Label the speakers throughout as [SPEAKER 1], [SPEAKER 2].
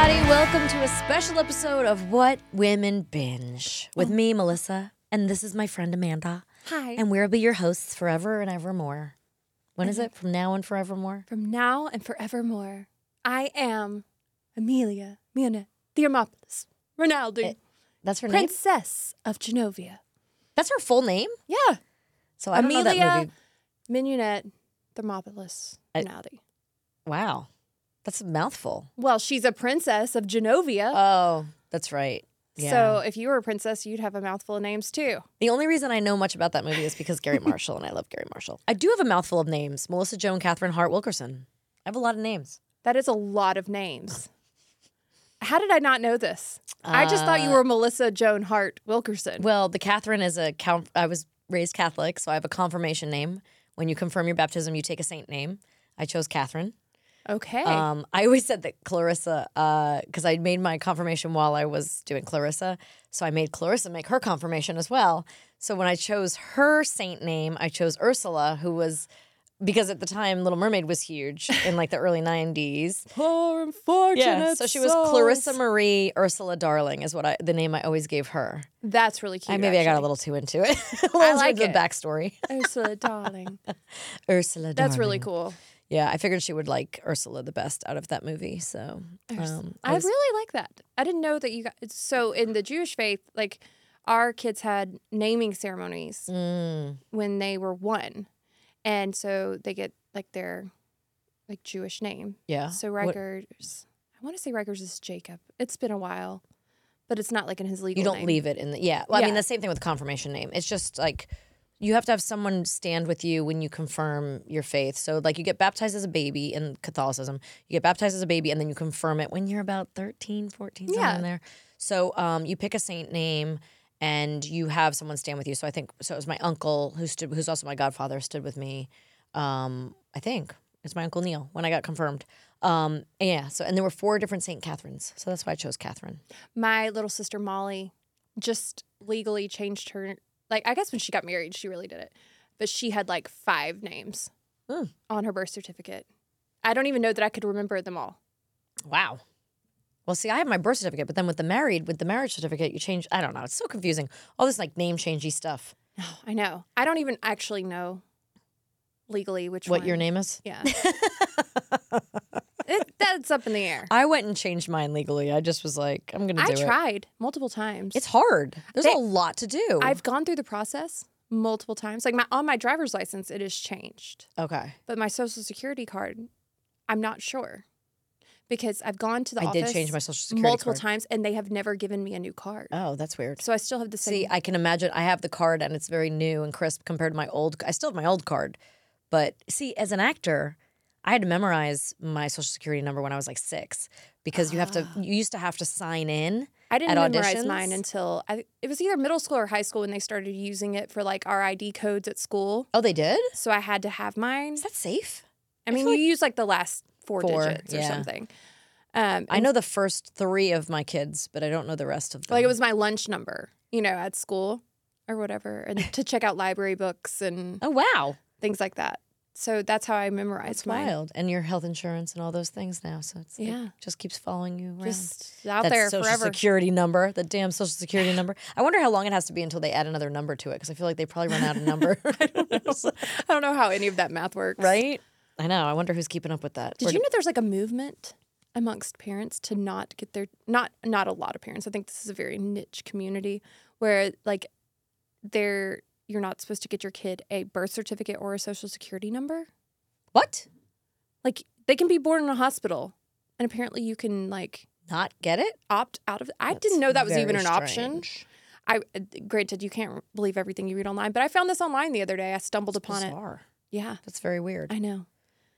[SPEAKER 1] welcome to a special episode of What Women Binge
[SPEAKER 2] Oh.
[SPEAKER 1] with me, Melissa, and this is my friend Amanda.
[SPEAKER 2] Hi.
[SPEAKER 1] And we'll be your hosts forever and evermore. When
[SPEAKER 2] Mm-hmm.
[SPEAKER 1] is it? From now and forevermore?
[SPEAKER 2] From now and forevermore, I am Amelia Mina Thermopolis Ronaldo,
[SPEAKER 1] That's Eh, her name.
[SPEAKER 2] Princess of Genovia.
[SPEAKER 1] That's her full name.
[SPEAKER 2] Yeah.
[SPEAKER 1] So I don't know that
[SPEAKER 2] Amelia-
[SPEAKER 1] movie.
[SPEAKER 2] Mignonette Thermopolis
[SPEAKER 1] I-
[SPEAKER 2] Rinaldi.
[SPEAKER 1] Wow, that's a mouthful.
[SPEAKER 2] Well, she's a princess of Genovia.
[SPEAKER 1] Oh, that's right. Yeah.
[SPEAKER 2] So if you were a princess, you'd have a mouthful of names too.
[SPEAKER 1] The only reason I know much about that movie is because Gary Marshall, and I love Gary Marshall. I do have a mouthful of names Melissa Joan Catherine Hart Wilkerson. I have a lot of names.
[SPEAKER 2] That is a lot of names. How did I not know this? I just thought
[SPEAKER 1] Uh,
[SPEAKER 2] you were Melissa Joan Hart Wilkerson.
[SPEAKER 1] Well, the Catherine is a count. I was raised Catholic, so I have a confirmation name. When you confirm your baptism, you take a saint name. I chose Catherine.
[SPEAKER 2] Okay.
[SPEAKER 1] Um, I always said that Clarissa, because I made my confirmation while I was doing Clarissa. So I made Clarissa make her confirmation as well. So when I chose her saint name, I chose Ursula, who was, because at the time Little Mermaid was huge in like the early 90s.
[SPEAKER 2] Poor unfortunate.
[SPEAKER 1] So she was
[SPEAKER 2] souls.
[SPEAKER 1] Clarissa Marie Ursula Darling, is what I, the name I always gave her.
[SPEAKER 2] That's really cute.
[SPEAKER 1] I, maybe I got a
[SPEAKER 2] actually.
[SPEAKER 1] little too into it. I
[SPEAKER 2] like
[SPEAKER 1] the
[SPEAKER 2] it.
[SPEAKER 1] backstory.
[SPEAKER 2] Ursula, darling.
[SPEAKER 1] Ursula.
[SPEAKER 2] That's really
[SPEAKER 1] darling.
[SPEAKER 2] cool.
[SPEAKER 1] Yeah, I figured she would like Ursula the best out of that movie. So um,
[SPEAKER 2] I,
[SPEAKER 1] was-
[SPEAKER 2] really like that. I didn't know that you got so in the Jewish faith, like our kids had naming ceremonies
[SPEAKER 1] Mm,
[SPEAKER 2] when they were one. And so they get like their like Jewish name.
[SPEAKER 1] yeah.
[SPEAKER 2] So
[SPEAKER 1] What-
[SPEAKER 2] Rikers I want to say Rikers is Jacob. It's been a while. But it's not like in his legal
[SPEAKER 1] you don't
[SPEAKER 2] name.
[SPEAKER 1] leave it in the yeah. Well, I mean
[SPEAKER 2] Yeah.
[SPEAKER 1] the same thing with confirmation name. It's just like you have to have someone stand with you when you confirm your faith. So like you get baptized as a baby in Catholicism. You get baptized as a baby and then you confirm it when you're about 13, 14 somewhere
[SPEAKER 2] Yeah.
[SPEAKER 1] in there. So um, you pick a saint name and you have someone stand with you. So I think so it was my uncle who stood who's also my godfather stood with me. Um, I think it's my uncle Neil when I got confirmed. Um, yeah, so and there were four different St. Catherines. So that's why I chose Catherine.
[SPEAKER 2] My little sister Molly just legally changed her like I guess when she got married she really did it. But she had like five names
[SPEAKER 1] Hmm.
[SPEAKER 2] on her birth certificate. I don't even know that I could remember them all.
[SPEAKER 1] Wow. Well, see, I have my birth certificate, but then with the married, with the marriage certificate, you change. I don't know. It's so confusing. All this like name changey stuff.
[SPEAKER 2] I know. I don't even actually know legally which
[SPEAKER 1] what
[SPEAKER 2] one.
[SPEAKER 1] your name is?
[SPEAKER 2] Yeah. it, that's up in the air.
[SPEAKER 1] I went and changed mine legally. I just was like, I'm gonna
[SPEAKER 2] I
[SPEAKER 1] do it.
[SPEAKER 2] tried multiple times.
[SPEAKER 1] It's hard. There's
[SPEAKER 2] They-
[SPEAKER 1] a lot to do.
[SPEAKER 2] I've gone through the process multiple times. Like my on my driver's license, it is changed,
[SPEAKER 1] okay.
[SPEAKER 2] but my social security card, I'm not sure because I've gone to the
[SPEAKER 1] I
[SPEAKER 2] office
[SPEAKER 1] did change my social security
[SPEAKER 2] multiple
[SPEAKER 1] card.
[SPEAKER 2] times and they have never given me a new card.
[SPEAKER 1] Oh, that's weird.
[SPEAKER 2] so I still have the same.
[SPEAKER 1] See, I can imagine. I have the card, and it's very new and crisp compared to my old. I still have my old card, but see, as an actor, I had to memorize my social security number when I was like six because you have to.
[SPEAKER 2] Ah.
[SPEAKER 1] You used to have to sign in.
[SPEAKER 2] I didn't
[SPEAKER 1] at
[SPEAKER 2] memorize
[SPEAKER 1] auditions?
[SPEAKER 2] mine until I, it was either middle school or high school when they started using it for like our ID codes at school.
[SPEAKER 1] Oh, they did.
[SPEAKER 2] So I had to have mine.
[SPEAKER 1] Is that safe?
[SPEAKER 2] I mean,
[SPEAKER 1] feel
[SPEAKER 2] you use like the last four,
[SPEAKER 1] Four,
[SPEAKER 2] digits or
[SPEAKER 1] yeah.
[SPEAKER 2] something. Um,
[SPEAKER 1] I know the first three of my kids, but I don't know the rest of them.
[SPEAKER 2] like it was my lunch number, you know, at school or whatever, and to check out library books and
[SPEAKER 1] oh wow,
[SPEAKER 2] things like that. So that's how I memorized
[SPEAKER 1] that's
[SPEAKER 2] mine.
[SPEAKER 1] wild. And your health insurance and all those things now, so it's like,
[SPEAKER 2] Yeah.
[SPEAKER 1] just keeps following you around.
[SPEAKER 2] Just out
[SPEAKER 1] that
[SPEAKER 2] there
[SPEAKER 1] social
[SPEAKER 2] forever.
[SPEAKER 1] security number, the damn social security number. I wonder how long it has to be until they add another number to it because I feel like they probably run out of number. I don't know.
[SPEAKER 2] I don't know how any of that math works.
[SPEAKER 1] right? I know. I wonder who's keeping up with that.
[SPEAKER 2] Did
[SPEAKER 1] We're-
[SPEAKER 2] you know there's like a movement amongst parents to not get their not not a lot of parents. I think this is a very niche community where like they're you're not supposed to get your kid a birth certificate or a social security number.
[SPEAKER 1] what?
[SPEAKER 2] Like they can be born in a hospital, and apparently you can like
[SPEAKER 1] Not get it?
[SPEAKER 2] opt out of. I
[SPEAKER 1] That's
[SPEAKER 2] didn't know that was
[SPEAKER 1] very
[SPEAKER 2] even an option.
[SPEAKER 1] strange.
[SPEAKER 2] I granted you can't believe everything you read online, but I found this online the other day. I stumbled upon it.
[SPEAKER 1] Bizarre.
[SPEAKER 2] Yeah,
[SPEAKER 1] That's very weird.
[SPEAKER 2] I know.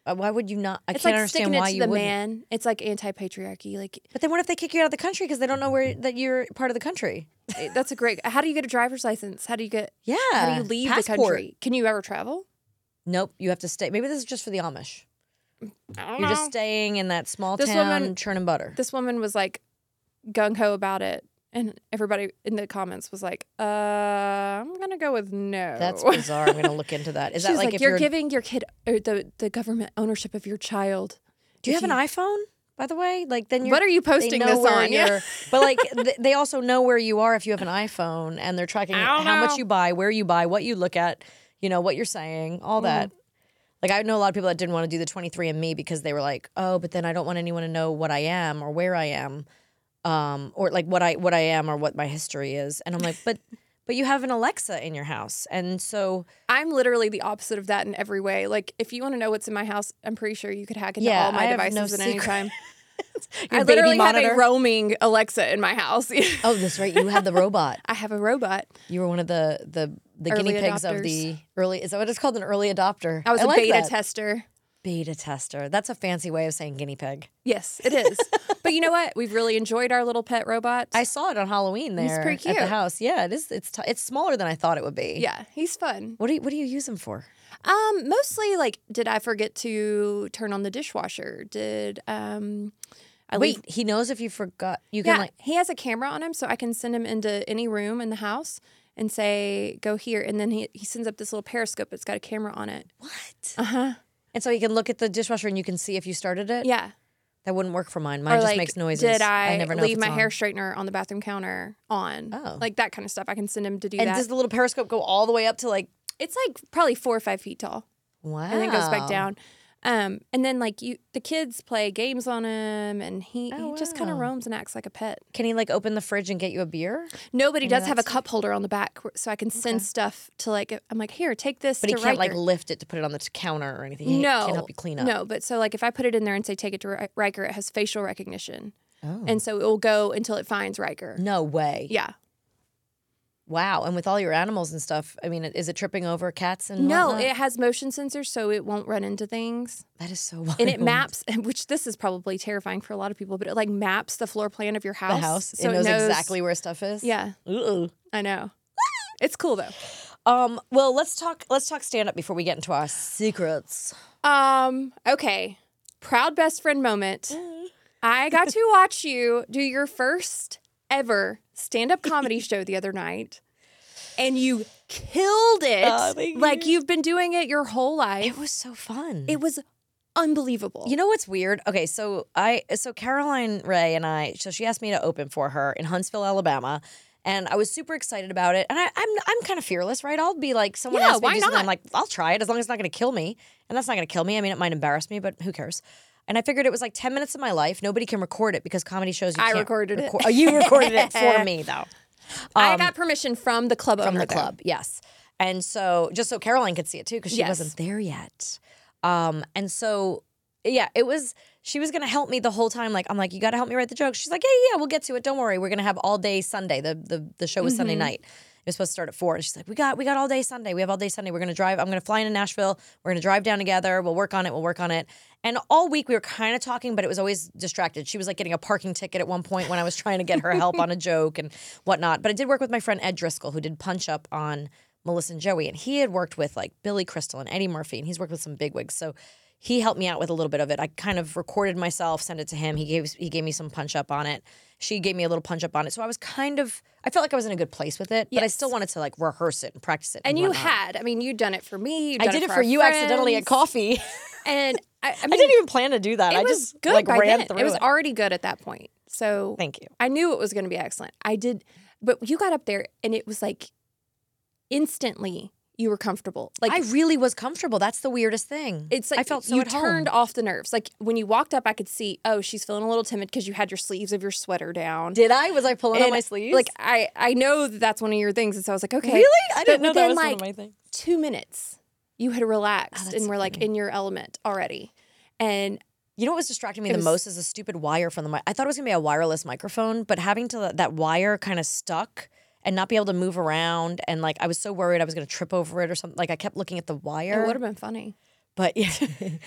[SPEAKER 1] Uh, why would you not? I
[SPEAKER 2] it's
[SPEAKER 1] can't
[SPEAKER 2] like
[SPEAKER 1] understand
[SPEAKER 2] sticking it
[SPEAKER 1] why
[SPEAKER 2] to
[SPEAKER 1] you
[SPEAKER 2] the
[SPEAKER 1] wouldn't.
[SPEAKER 2] man. It's like anti patriarchy. Like
[SPEAKER 1] But then what if they kick you out of the country because they don't know where that you're part of the country?
[SPEAKER 2] Eh, That's a great. How do you get a driver's license? How do you get?
[SPEAKER 1] Yeah.
[SPEAKER 2] How do you leave
[SPEAKER 1] Uh, Passport.
[SPEAKER 2] the country? Can you ever travel?
[SPEAKER 1] Nope, you have to stay. Maybe this is just for the Amish.
[SPEAKER 2] I don't
[SPEAKER 1] You're
[SPEAKER 2] know.
[SPEAKER 1] just staying in that small
[SPEAKER 2] This
[SPEAKER 1] town,
[SPEAKER 2] woman-
[SPEAKER 1] churn and butter.
[SPEAKER 2] this woman was like gung ho about it, and everybody in the comments was like, "Uh, I'm gonna go with no."
[SPEAKER 1] That's bizarre. I'm gonna look into that. Is that
[SPEAKER 2] She's
[SPEAKER 1] like, if
[SPEAKER 2] you're,
[SPEAKER 1] you're?
[SPEAKER 2] giving your kid or the the government ownership of your child?
[SPEAKER 1] do you
[SPEAKER 2] if
[SPEAKER 1] have an iPhone? By the way, like then you're
[SPEAKER 2] What are you
[SPEAKER 1] they
[SPEAKER 2] posting
[SPEAKER 1] know
[SPEAKER 2] this
[SPEAKER 1] where
[SPEAKER 2] on? Yeah.
[SPEAKER 1] you're- but like th- they also know where you are if you have an iPhone and they're tracking
[SPEAKER 2] I don't
[SPEAKER 1] how
[SPEAKER 2] know.
[SPEAKER 1] much you buy, where you buy, what you look at, you know, what you're saying, all that. Like I know a lot of people that didn't want to do the 23andme because they were like, "Oh, but then I don't want anyone to know what I am or where I am." Um, or like what I what I am or what my history is. And I'm like, "But but you have an Alexa in your house." And so
[SPEAKER 2] I'm literally the opposite of that in every way. Like, if you want to know what's in my house, I'm pretty sure you could hack into
[SPEAKER 1] Yeah,
[SPEAKER 2] all my
[SPEAKER 1] I have no
[SPEAKER 2] devices at any
[SPEAKER 1] secret-
[SPEAKER 2] time.
[SPEAKER 1] your
[SPEAKER 2] I
[SPEAKER 1] baby
[SPEAKER 2] literally have
[SPEAKER 1] monitor-
[SPEAKER 2] a roaming Alexa in my house.
[SPEAKER 1] Oh, that's right. You had the robot.
[SPEAKER 2] I have a robot.
[SPEAKER 1] You were one of the the the guinea
[SPEAKER 2] Early
[SPEAKER 1] pigs of the early. Is that what it's called? An early adopter.
[SPEAKER 2] I was
[SPEAKER 1] a
[SPEAKER 2] a beta
[SPEAKER 1] that.
[SPEAKER 2] tester.
[SPEAKER 1] Beta tester. That's a fancy way of saying guinea pig.
[SPEAKER 2] Yes, it is. but you know what? We've really enjoyed our little pet robot.
[SPEAKER 1] I saw it on Halloween there
[SPEAKER 2] He's pretty
[SPEAKER 1] at the
[SPEAKER 2] cute.
[SPEAKER 1] house. Yeah, it is. It's t- it's smaller than I thought it would be.
[SPEAKER 2] yeah, he's fun.
[SPEAKER 1] What do you, what do you use him for?
[SPEAKER 2] Um, mostly like, did I forget to turn on the dishwasher? Did um, I leave-
[SPEAKER 1] Wait, he knows if you forgot. You can
[SPEAKER 2] yeah,
[SPEAKER 1] like.
[SPEAKER 2] he has a camera on him, so I can send him into any room in the house and say, "Go here," and then he he sends up this little periscope. It's got a camera on it.
[SPEAKER 1] What?
[SPEAKER 2] Uh huh.
[SPEAKER 1] And so you can look at the dishwasher and you can see if you started it.
[SPEAKER 2] Yeah.
[SPEAKER 1] That wouldn't work for mine. Mine
[SPEAKER 2] or
[SPEAKER 1] just
[SPEAKER 2] like,
[SPEAKER 1] makes noises.
[SPEAKER 2] Did I,
[SPEAKER 1] never know if
[SPEAKER 2] leave
[SPEAKER 1] it's
[SPEAKER 2] my
[SPEAKER 1] on.
[SPEAKER 2] hair straightener on the bathroom counter on?
[SPEAKER 1] Oh.
[SPEAKER 2] Like that kind of stuff. I can send him to do
[SPEAKER 1] And
[SPEAKER 2] that.
[SPEAKER 1] does the little periscope go all the way up to like?
[SPEAKER 2] it's like probably four or five feet tall.
[SPEAKER 1] Wow.
[SPEAKER 2] and then goes
[SPEAKER 1] Oh.
[SPEAKER 2] back down. Um, and then like you, the kids play games on him, and he,
[SPEAKER 1] Oh,
[SPEAKER 2] he just kind of
[SPEAKER 1] wow.
[SPEAKER 2] roams and acts like a pet.
[SPEAKER 1] Can he like open the fridge and get you a beer?
[SPEAKER 2] No, but he
[SPEAKER 1] Yeah,
[SPEAKER 2] does have a cup holder on the back, wh- so I can send stuff to like I'm like here, take this.
[SPEAKER 1] But he
[SPEAKER 2] to
[SPEAKER 1] can't
[SPEAKER 2] right
[SPEAKER 1] like
[SPEAKER 2] there."
[SPEAKER 1] lift it to put it on the t- counter or anything. He
[SPEAKER 2] no,
[SPEAKER 1] can't help you clean up.
[SPEAKER 2] No, but so like if I put it in there and say take it to Ri- Riker, it has facial recognition,
[SPEAKER 1] Oh.
[SPEAKER 2] and so it will go until it finds Riker.
[SPEAKER 1] no way.
[SPEAKER 2] Yeah.
[SPEAKER 1] Wow. And with all your animals and stuff, I mean, is it tripping over cats and
[SPEAKER 2] No,
[SPEAKER 1] whatnot?
[SPEAKER 2] it has motion sensors, so it won't run into things.
[SPEAKER 1] that is so wild.
[SPEAKER 2] and it maps which this is probably terrifying for a lot of people but it like maps the floor plan of your
[SPEAKER 1] the
[SPEAKER 2] house
[SPEAKER 1] house. it, knows exactly where stuff is.
[SPEAKER 2] yeah
[SPEAKER 1] Ooh.
[SPEAKER 2] i know it's cool though
[SPEAKER 1] Um. Well, let's talk. Let's talk stand up before we get into our secrets.
[SPEAKER 2] um okay proud best friend moment i got to watch you do your first ever stand-up comedy show the other night and you killed it
[SPEAKER 1] Oh, thank
[SPEAKER 2] like you've been doing it your whole life
[SPEAKER 1] It was so fun.
[SPEAKER 2] it was unbelievable
[SPEAKER 1] You know what's weird? Okay, so I so Caroline Ray and I so she asked me to open for her in Huntsville, Alabama, and I was super excited about it. And I, I'm I'm kind of fearless, right? I'll be like someone
[SPEAKER 2] Yeah,
[SPEAKER 1] asks me to
[SPEAKER 2] why
[SPEAKER 1] do something, I'm
[SPEAKER 2] not?
[SPEAKER 1] like I'll try it as long as it's not going to kill me, and that's not going to kill me. I mean, it might embarrass me, but who cares? And I figured it was like ten minutes of my life. Nobody can record it because comedy shows. You
[SPEAKER 2] I
[SPEAKER 1] can't
[SPEAKER 2] recorded it.
[SPEAKER 1] record- Oh, you recorded it for me though.
[SPEAKER 2] i got permission from the club
[SPEAKER 1] um, From
[SPEAKER 2] owner
[SPEAKER 1] the
[SPEAKER 2] though.
[SPEAKER 1] club, yes. And so just so Caroline could see it too, because she
[SPEAKER 2] Yes.
[SPEAKER 1] wasn't there yet. Um, and so yeah, it was she was gonna help me the whole time. Like, I'm like, you gotta help me write the jokes. She's like, Yeah, yeah, yeah, we'll get to it. Don't worry. We're gonna have all day Sunday. The the the show was Sunday night. It was supposed to start at four. And she's like, We got we got all day Sunday. We have all day Sunday. We're gonna drive, I'm gonna fly into Nashville, we're gonna drive down together, we'll work on it, we'll work on it. And all week we were kind of talking, but it was always distracted. She was like getting a parking ticket at one point when I was trying to get her help on a joke and whatnot. But I did work with my friend Ed Driscoll, who did punch up on Melissa and Joey, and he had worked with like Billy Crystal and Eddie Murphy, and he's worked with some bigwigs. So he helped me out with a little bit of it. I kind of recorded myself, sent it to him. He gave he gave me some punch up on it. She gave me a little punch up on it. So I was kind of I felt like I was in a good place with it, but I
[SPEAKER 2] Yes.
[SPEAKER 1] still wanted to like rehearse it and practice it.
[SPEAKER 2] And you
[SPEAKER 1] whatnot.
[SPEAKER 2] had. I mean, you'd done it for me. You'd
[SPEAKER 1] I
[SPEAKER 2] done
[SPEAKER 1] did it
[SPEAKER 2] for
[SPEAKER 1] for
[SPEAKER 2] our
[SPEAKER 1] you accidentally at
[SPEAKER 2] friends.
[SPEAKER 1] coffee.
[SPEAKER 2] And I, I
[SPEAKER 1] I
[SPEAKER 2] mean,
[SPEAKER 1] didn't even plan to do that.
[SPEAKER 2] it
[SPEAKER 1] I
[SPEAKER 2] was
[SPEAKER 1] just
[SPEAKER 2] good
[SPEAKER 1] like
[SPEAKER 2] by
[SPEAKER 1] ran
[SPEAKER 2] then.
[SPEAKER 1] through
[SPEAKER 2] It was already good at that point. So
[SPEAKER 1] Thank you.
[SPEAKER 2] I knew it was going to be excellent. I did, but you got up there and it was like instantly you were comfortable. Like
[SPEAKER 1] I really was comfortable. That's the weirdest thing.
[SPEAKER 2] it's like
[SPEAKER 1] I felt so
[SPEAKER 2] you
[SPEAKER 1] at home.
[SPEAKER 2] turned off the nerves. Like when you walked up, I could see, oh, she's feeling a little timid because you had your sleeves of your sweater down.
[SPEAKER 1] Did I? Was I pulling on
[SPEAKER 2] And,
[SPEAKER 1] my sleeves?
[SPEAKER 2] Like I, I know that that's one of your things, and so I was like, okay,
[SPEAKER 1] really? I
[SPEAKER 2] But
[SPEAKER 1] didn't know that
[SPEAKER 2] within,
[SPEAKER 1] was one
[SPEAKER 2] like
[SPEAKER 1] of my things.
[SPEAKER 2] two minutes, you had relaxed
[SPEAKER 1] that's
[SPEAKER 2] and
[SPEAKER 1] so
[SPEAKER 2] were like
[SPEAKER 1] funny.
[SPEAKER 2] in your element already. And
[SPEAKER 1] You know what was distracting me
[SPEAKER 2] It
[SPEAKER 1] the
[SPEAKER 2] was-
[SPEAKER 1] most is a stupid wire from the mic. I thought it was gonna be a wireless microphone, but having to that wire kind of stuck and not be able to move around, and like I was so worried I was gonna trip over it or something. Like I kept looking at the
[SPEAKER 2] it
[SPEAKER 1] wire,
[SPEAKER 2] would have been funny.
[SPEAKER 1] but yeah,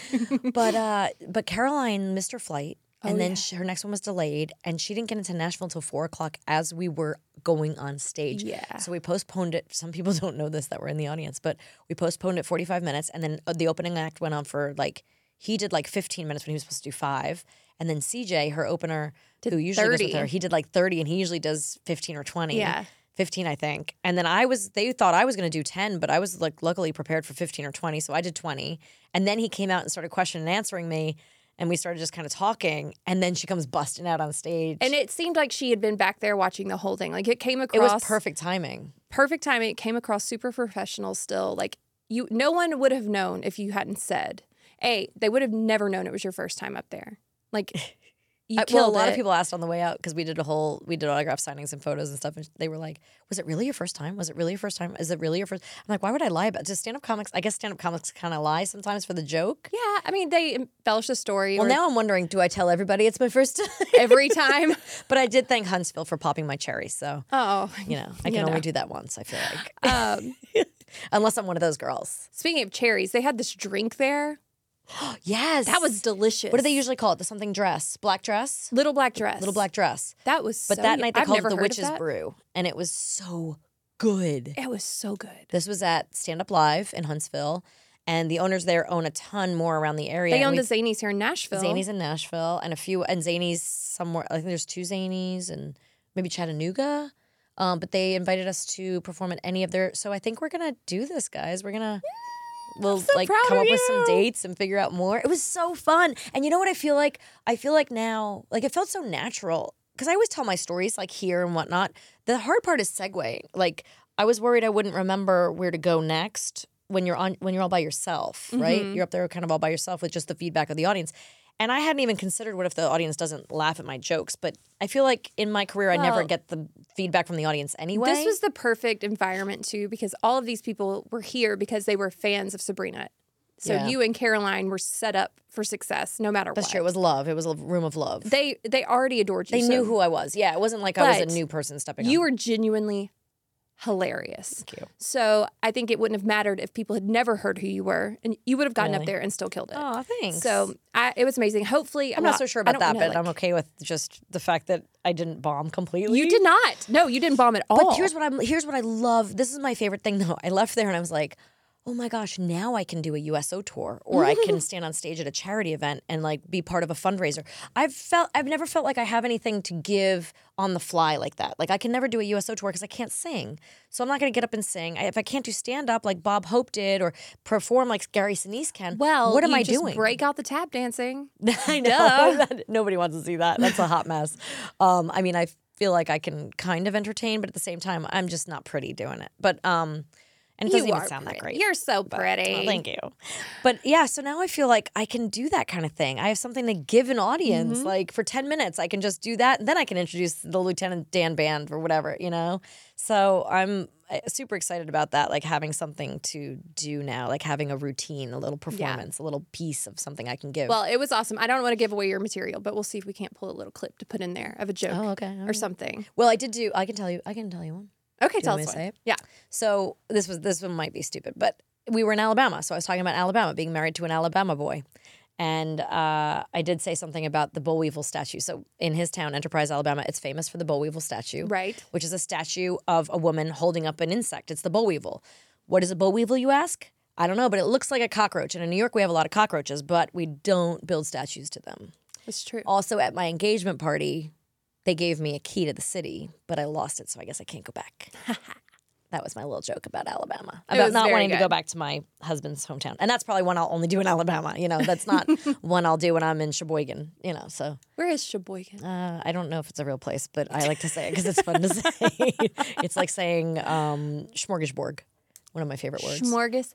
[SPEAKER 1] but uh, but Caroline missed her flight, and
[SPEAKER 2] Oh,
[SPEAKER 1] then
[SPEAKER 2] yeah.
[SPEAKER 1] she, her next one was delayed, and she didn't get into Nashville until four o'clock as we were going on stage.
[SPEAKER 2] Yeah.
[SPEAKER 1] So we postponed it. Some people don't know this that were in the audience, but we postponed it 45 minutes. And then uh, the opening act went on for like, he did like 15 minutes when he was supposed to do five. And then CJ, her opener, who usually goes with
[SPEAKER 2] 30.
[SPEAKER 1] her, he did like 30 and he usually does 15 or 20.
[SPEAKER 2] Yeah.
[SPEAKER 1] 15, I think. And then I was, they thought I was going to do 10, but I was like luckily prepared for 15 or 20. So I did 20. And then he came out and started questioning and answering me. and we started just kind of talking, and then she comes busting out on stage.
[SPEAKER 2] And it seemed like she had been back there watching the whole thing. Like it came
[SPEAKER 1] it
[SPEAKER 2] across
[SPEAKER 1] was perfect timing.
[SPEAKER 2] perfect timing. It came across super professional still. Like you no one would have known if you hadn't said. A, they would have never known it was your first time up there. Like you
[SPEAKER 1] I- Uh, well,
[SPEAKER 2] killed
[SPEAKER 1] a lot
[SPEAKER 2] it.
[SPEAKER 1] of people asked on the way out because we did a whole we did autograph signings and photos and stuff, and they were like, "Was it really your first time? Was it really your first time? Is it really your first? I'm like, "Why would I lie about?" Just stand up comics. I guess stand up comics kind of lie sometimes for the joke.
[SPEAKER 2] Yeah, I mean they embellish the story
[SPEAKER 1] Well,
[SPEAKER 2] or
[SPEAKER 1] now I'm wondering, do I tell everybody it's my first time?
[SPEAKER 2] every time.
[SPEAKER 1] but I did thank Huntsville for popping my cherry, so
[SPEAKER 2] oh.
[SPEAKER 1] you know I can
[SPEAKER 2] You
[SPEAKER 1] only
[SPEAKER 2] know.
[SPEAKER 1] do that once. I feel like,
[SPEAKER 2] Um,
[SPEAKER 1] unless I'm one of those girls.
[SPEAKER 2] speaking of cherries, they had this drink there. Oh,
[SPEAKER 1] Yes,
[SPEAKER 2] That was delicious.
[SPEAKER 1] What do they usually call it? The something dress, black dress,
[SPEAKER 2] Little black dress.
[SPEAKER 1] little black dress.
[SPEAKER 2] That was.
[SPEAKER 1] But
[SPEAKER 2] so
[SPEAKER 1] that
[SPEAKER 2] yum-
[SPEAKER 1] night they
[SPEAKER 2] I've
[SPEAKER 1] called
[SPEAKER 2] never
[SPEAKER 1] it the
[SPEAKER 2] heard of
[SPEAKER 1] Witch's
[SPEAKER 2] that.
[SPEAKER 1] Brew, and it was so good.
[SPEAKER 2] It was so good.
[SPEAKER 1] This was at Stand Up Live in Huntsville, and the owners there own a ton more around the area.
[SPEAKER 2] they
[SPEAKER 1] and
[SPEAKER 2] own
[SPEAKER 1] we-
[SPEAKER 2] the Zanies here in Nashville.
[SPEAKER 1] Zanies in Nashville, and a few and Zanies somewhere. I think there's two Zanies, and maybe Chattanooga. Um, but they invited us to perform at any of their. So I think we're gonna do this, guys. We're gonna. We'll
[SPEAKER 2] so
[SPEAKER 1] like
[SPEAKER 2] proud
[SPEAKER 1] come
[SPEAKER 2] of
[SPEAKER 1] up with some
[SPEAKER 2] you.
[SPEAKER 1] dates and figure out more. It was so fun, and you know what I feel like? I feel like now, like it felt so natural because I always tell my stories like here and whatnot. The hard part is segueing. Like I was worried I wouldn't remember where to go next when you're on when you're all by yourself, right?
[SPEAKER 2] Mhm.
[SPEAKER 1] You're up there kind of all by yourself with just the feedback of the audience. And I hadn't even considered what if the audience doesn't laugh at my jokes, but I feel like in my career I never
[SPEAKER 2] Well,
[SPEAKER 1] get the feedback from the audience anyway.
[SPEAKER 2] This was the perfect environment too, because all of these people were here because they were fans of Sabrina. So
[SPEAKER 1] Yeah.
[SPEAKER 2] you and Caroline were set up for success, no matter
[SPEAKER 1] that's
[SPEAKER 2] what.
[SPEAKER 1] true. It was love. It was a room of love. They,
[SPEAKER 2] They they already adored you. so
[SPEAKER 1] knew who I was. Yeah, it wasn't like I was
[SPEAKER 2] But
[SPEAKER 1] a new person stepping
[SPEAKER 2] you
[SPEAKER 1] up.
[SPEAKER 2] were genuinely hilarious.
[SPEAKER 1] Thank you.
[SPEAKER 2] So I think it wouldn't have mattered if people had never heard who you were, and you would have gotten up
[SPEAKER 1] Really?
[SPEAKER 2] there and still killed it.
[SPEAKER 1] Oh, thanks.
[SPEAKER 2] So I, it was amazing. Hopefully,
[SPEAKER 1] I'm
[SPEAKER 2] well,
[SPEAKER 1] not so sure
[SPEAKER 2] I
[SPEAKER 1] about that,
[SPEAKER 2] don't know,
[SPEAKER 1] but I'm
[SPEAKER 2] like-
[SPEAKER 1] okay with just the fact that I didn't bomb completely.
[SPEAKER 2] You did not. No, you didn't bomb at all.
[SPEAKER 1] But here's what I'm here's what I love. This is my favorite thing though. I left there and I was like, oh my gosh, now I can do a USO tour or I can stand on stage at a charity event and like be part of a fundraiser. I've felt I've never felt like I have anything to give on the fly like that. Like I can never do a USO tour because I can't sing. So I'm not gonna get up and sing. I, if I can't do stand up like Bob Hope did or perform like Gary Sinise can,
[SPEAKER 2] well,
[SPEAKER 1] what am
[SPEAKER 2] you
[SPEAKER 1] I
[SPEAKER 2] just
[SPEAKER 1] doing?
[SPEAKER 2] Break out the tap dancing.
[SPEAKER 1] I know. That- Nobody wants to see that. That's a hot mess. Um, I mean, I feel like I can kind of entertain, but at the same time, I'm just not pretty doing it. But um, and it doesn't
[SPEAKER 2] you
[SPEAKER 1] even
[SPEAKER 2] are
[SPEAKER 1] sound that great.
[SPEAKER 2] pretty. You're so pretty.
[SPEAKER 1] Well, thank you. But yeah, so now I feel like I can do that kind of thing. I have something to give an audience.
[SPEAKER 2] Mm-hmm.
[SPEAKER 1] Like for 10 minutes, I can just do that. And then I can introduce the Lieutenant Dan Band or whatever, you know? So I'm uh, super excited about that, like having something to do now, like having a routine, a little performance, a little piece of something I can give.
[SPEAKER 2] Well, it was awesome. I don't want to give away your material, but we'll see if we can't pull a little clip to put in there of a joke
[SPEAKER 1] oh, okay.
[SPEAKER 2] or something.
[SPEAKER 1] Well, I did do. I can tell you. I can tell you one.
[SPEAKER 2] Okay,
[SPEAKER 1] you
[SPEAKER 2] tell
[SPEAKER 1] want me
[SPEAKER 2] us
[SPEAKER 1] to
[SPEAKER 2] one.
[SPEAKER 1] say it?
[SPEAKER 2] Yeah.
[SPEAKER 1] So this was this one might be stupid, but we were in Alabama, so I was talking about Alabama being married to an Alabama boy, and uh, I did say something about the boll weevil statue. So in his town, Enterprise, Alabama, it's famous for the boll weevil statue,
[SPEAKER 2] Right.
[SPEAKER 1] Which is a statue of a woman holding up an insect. It's the boll weevil. What is a boll weevil, you ask? I don't know, but it looks like a cockroach. And in New York, we have a lot of cockroaches, but we don't build statues to them.
[SPEAKER 2] It's true.
[SPEAKER 1] Also, at my engagement party, they gave me a key to the city, but I lost it, so I guess I can't go back. that was my little joke about Alabama,
[SPEAKER 2] It
[SPEAKER 1] about
[SPEAKER 2] was
[SPEAKER 1] not
[SPEAKER 2] very
[SPEAKER 1] wanting to go
[SPEAKER 2] good.
[SPEAKER 1] back to my husband's hometown. And that's probably one I'll only do in Alabama. You know, that's not one I'll do when I'm in Sheboygan, you know, so.
[SPEAKER 2] Where is Sheboygan?
[SPEAKER 1] Uh, I don't know if it's a real place, but I like to say it because it's fun to say. it's like saying um, smorgasbord, one of my favorite words.
[SPEAKER 2] Smorgas.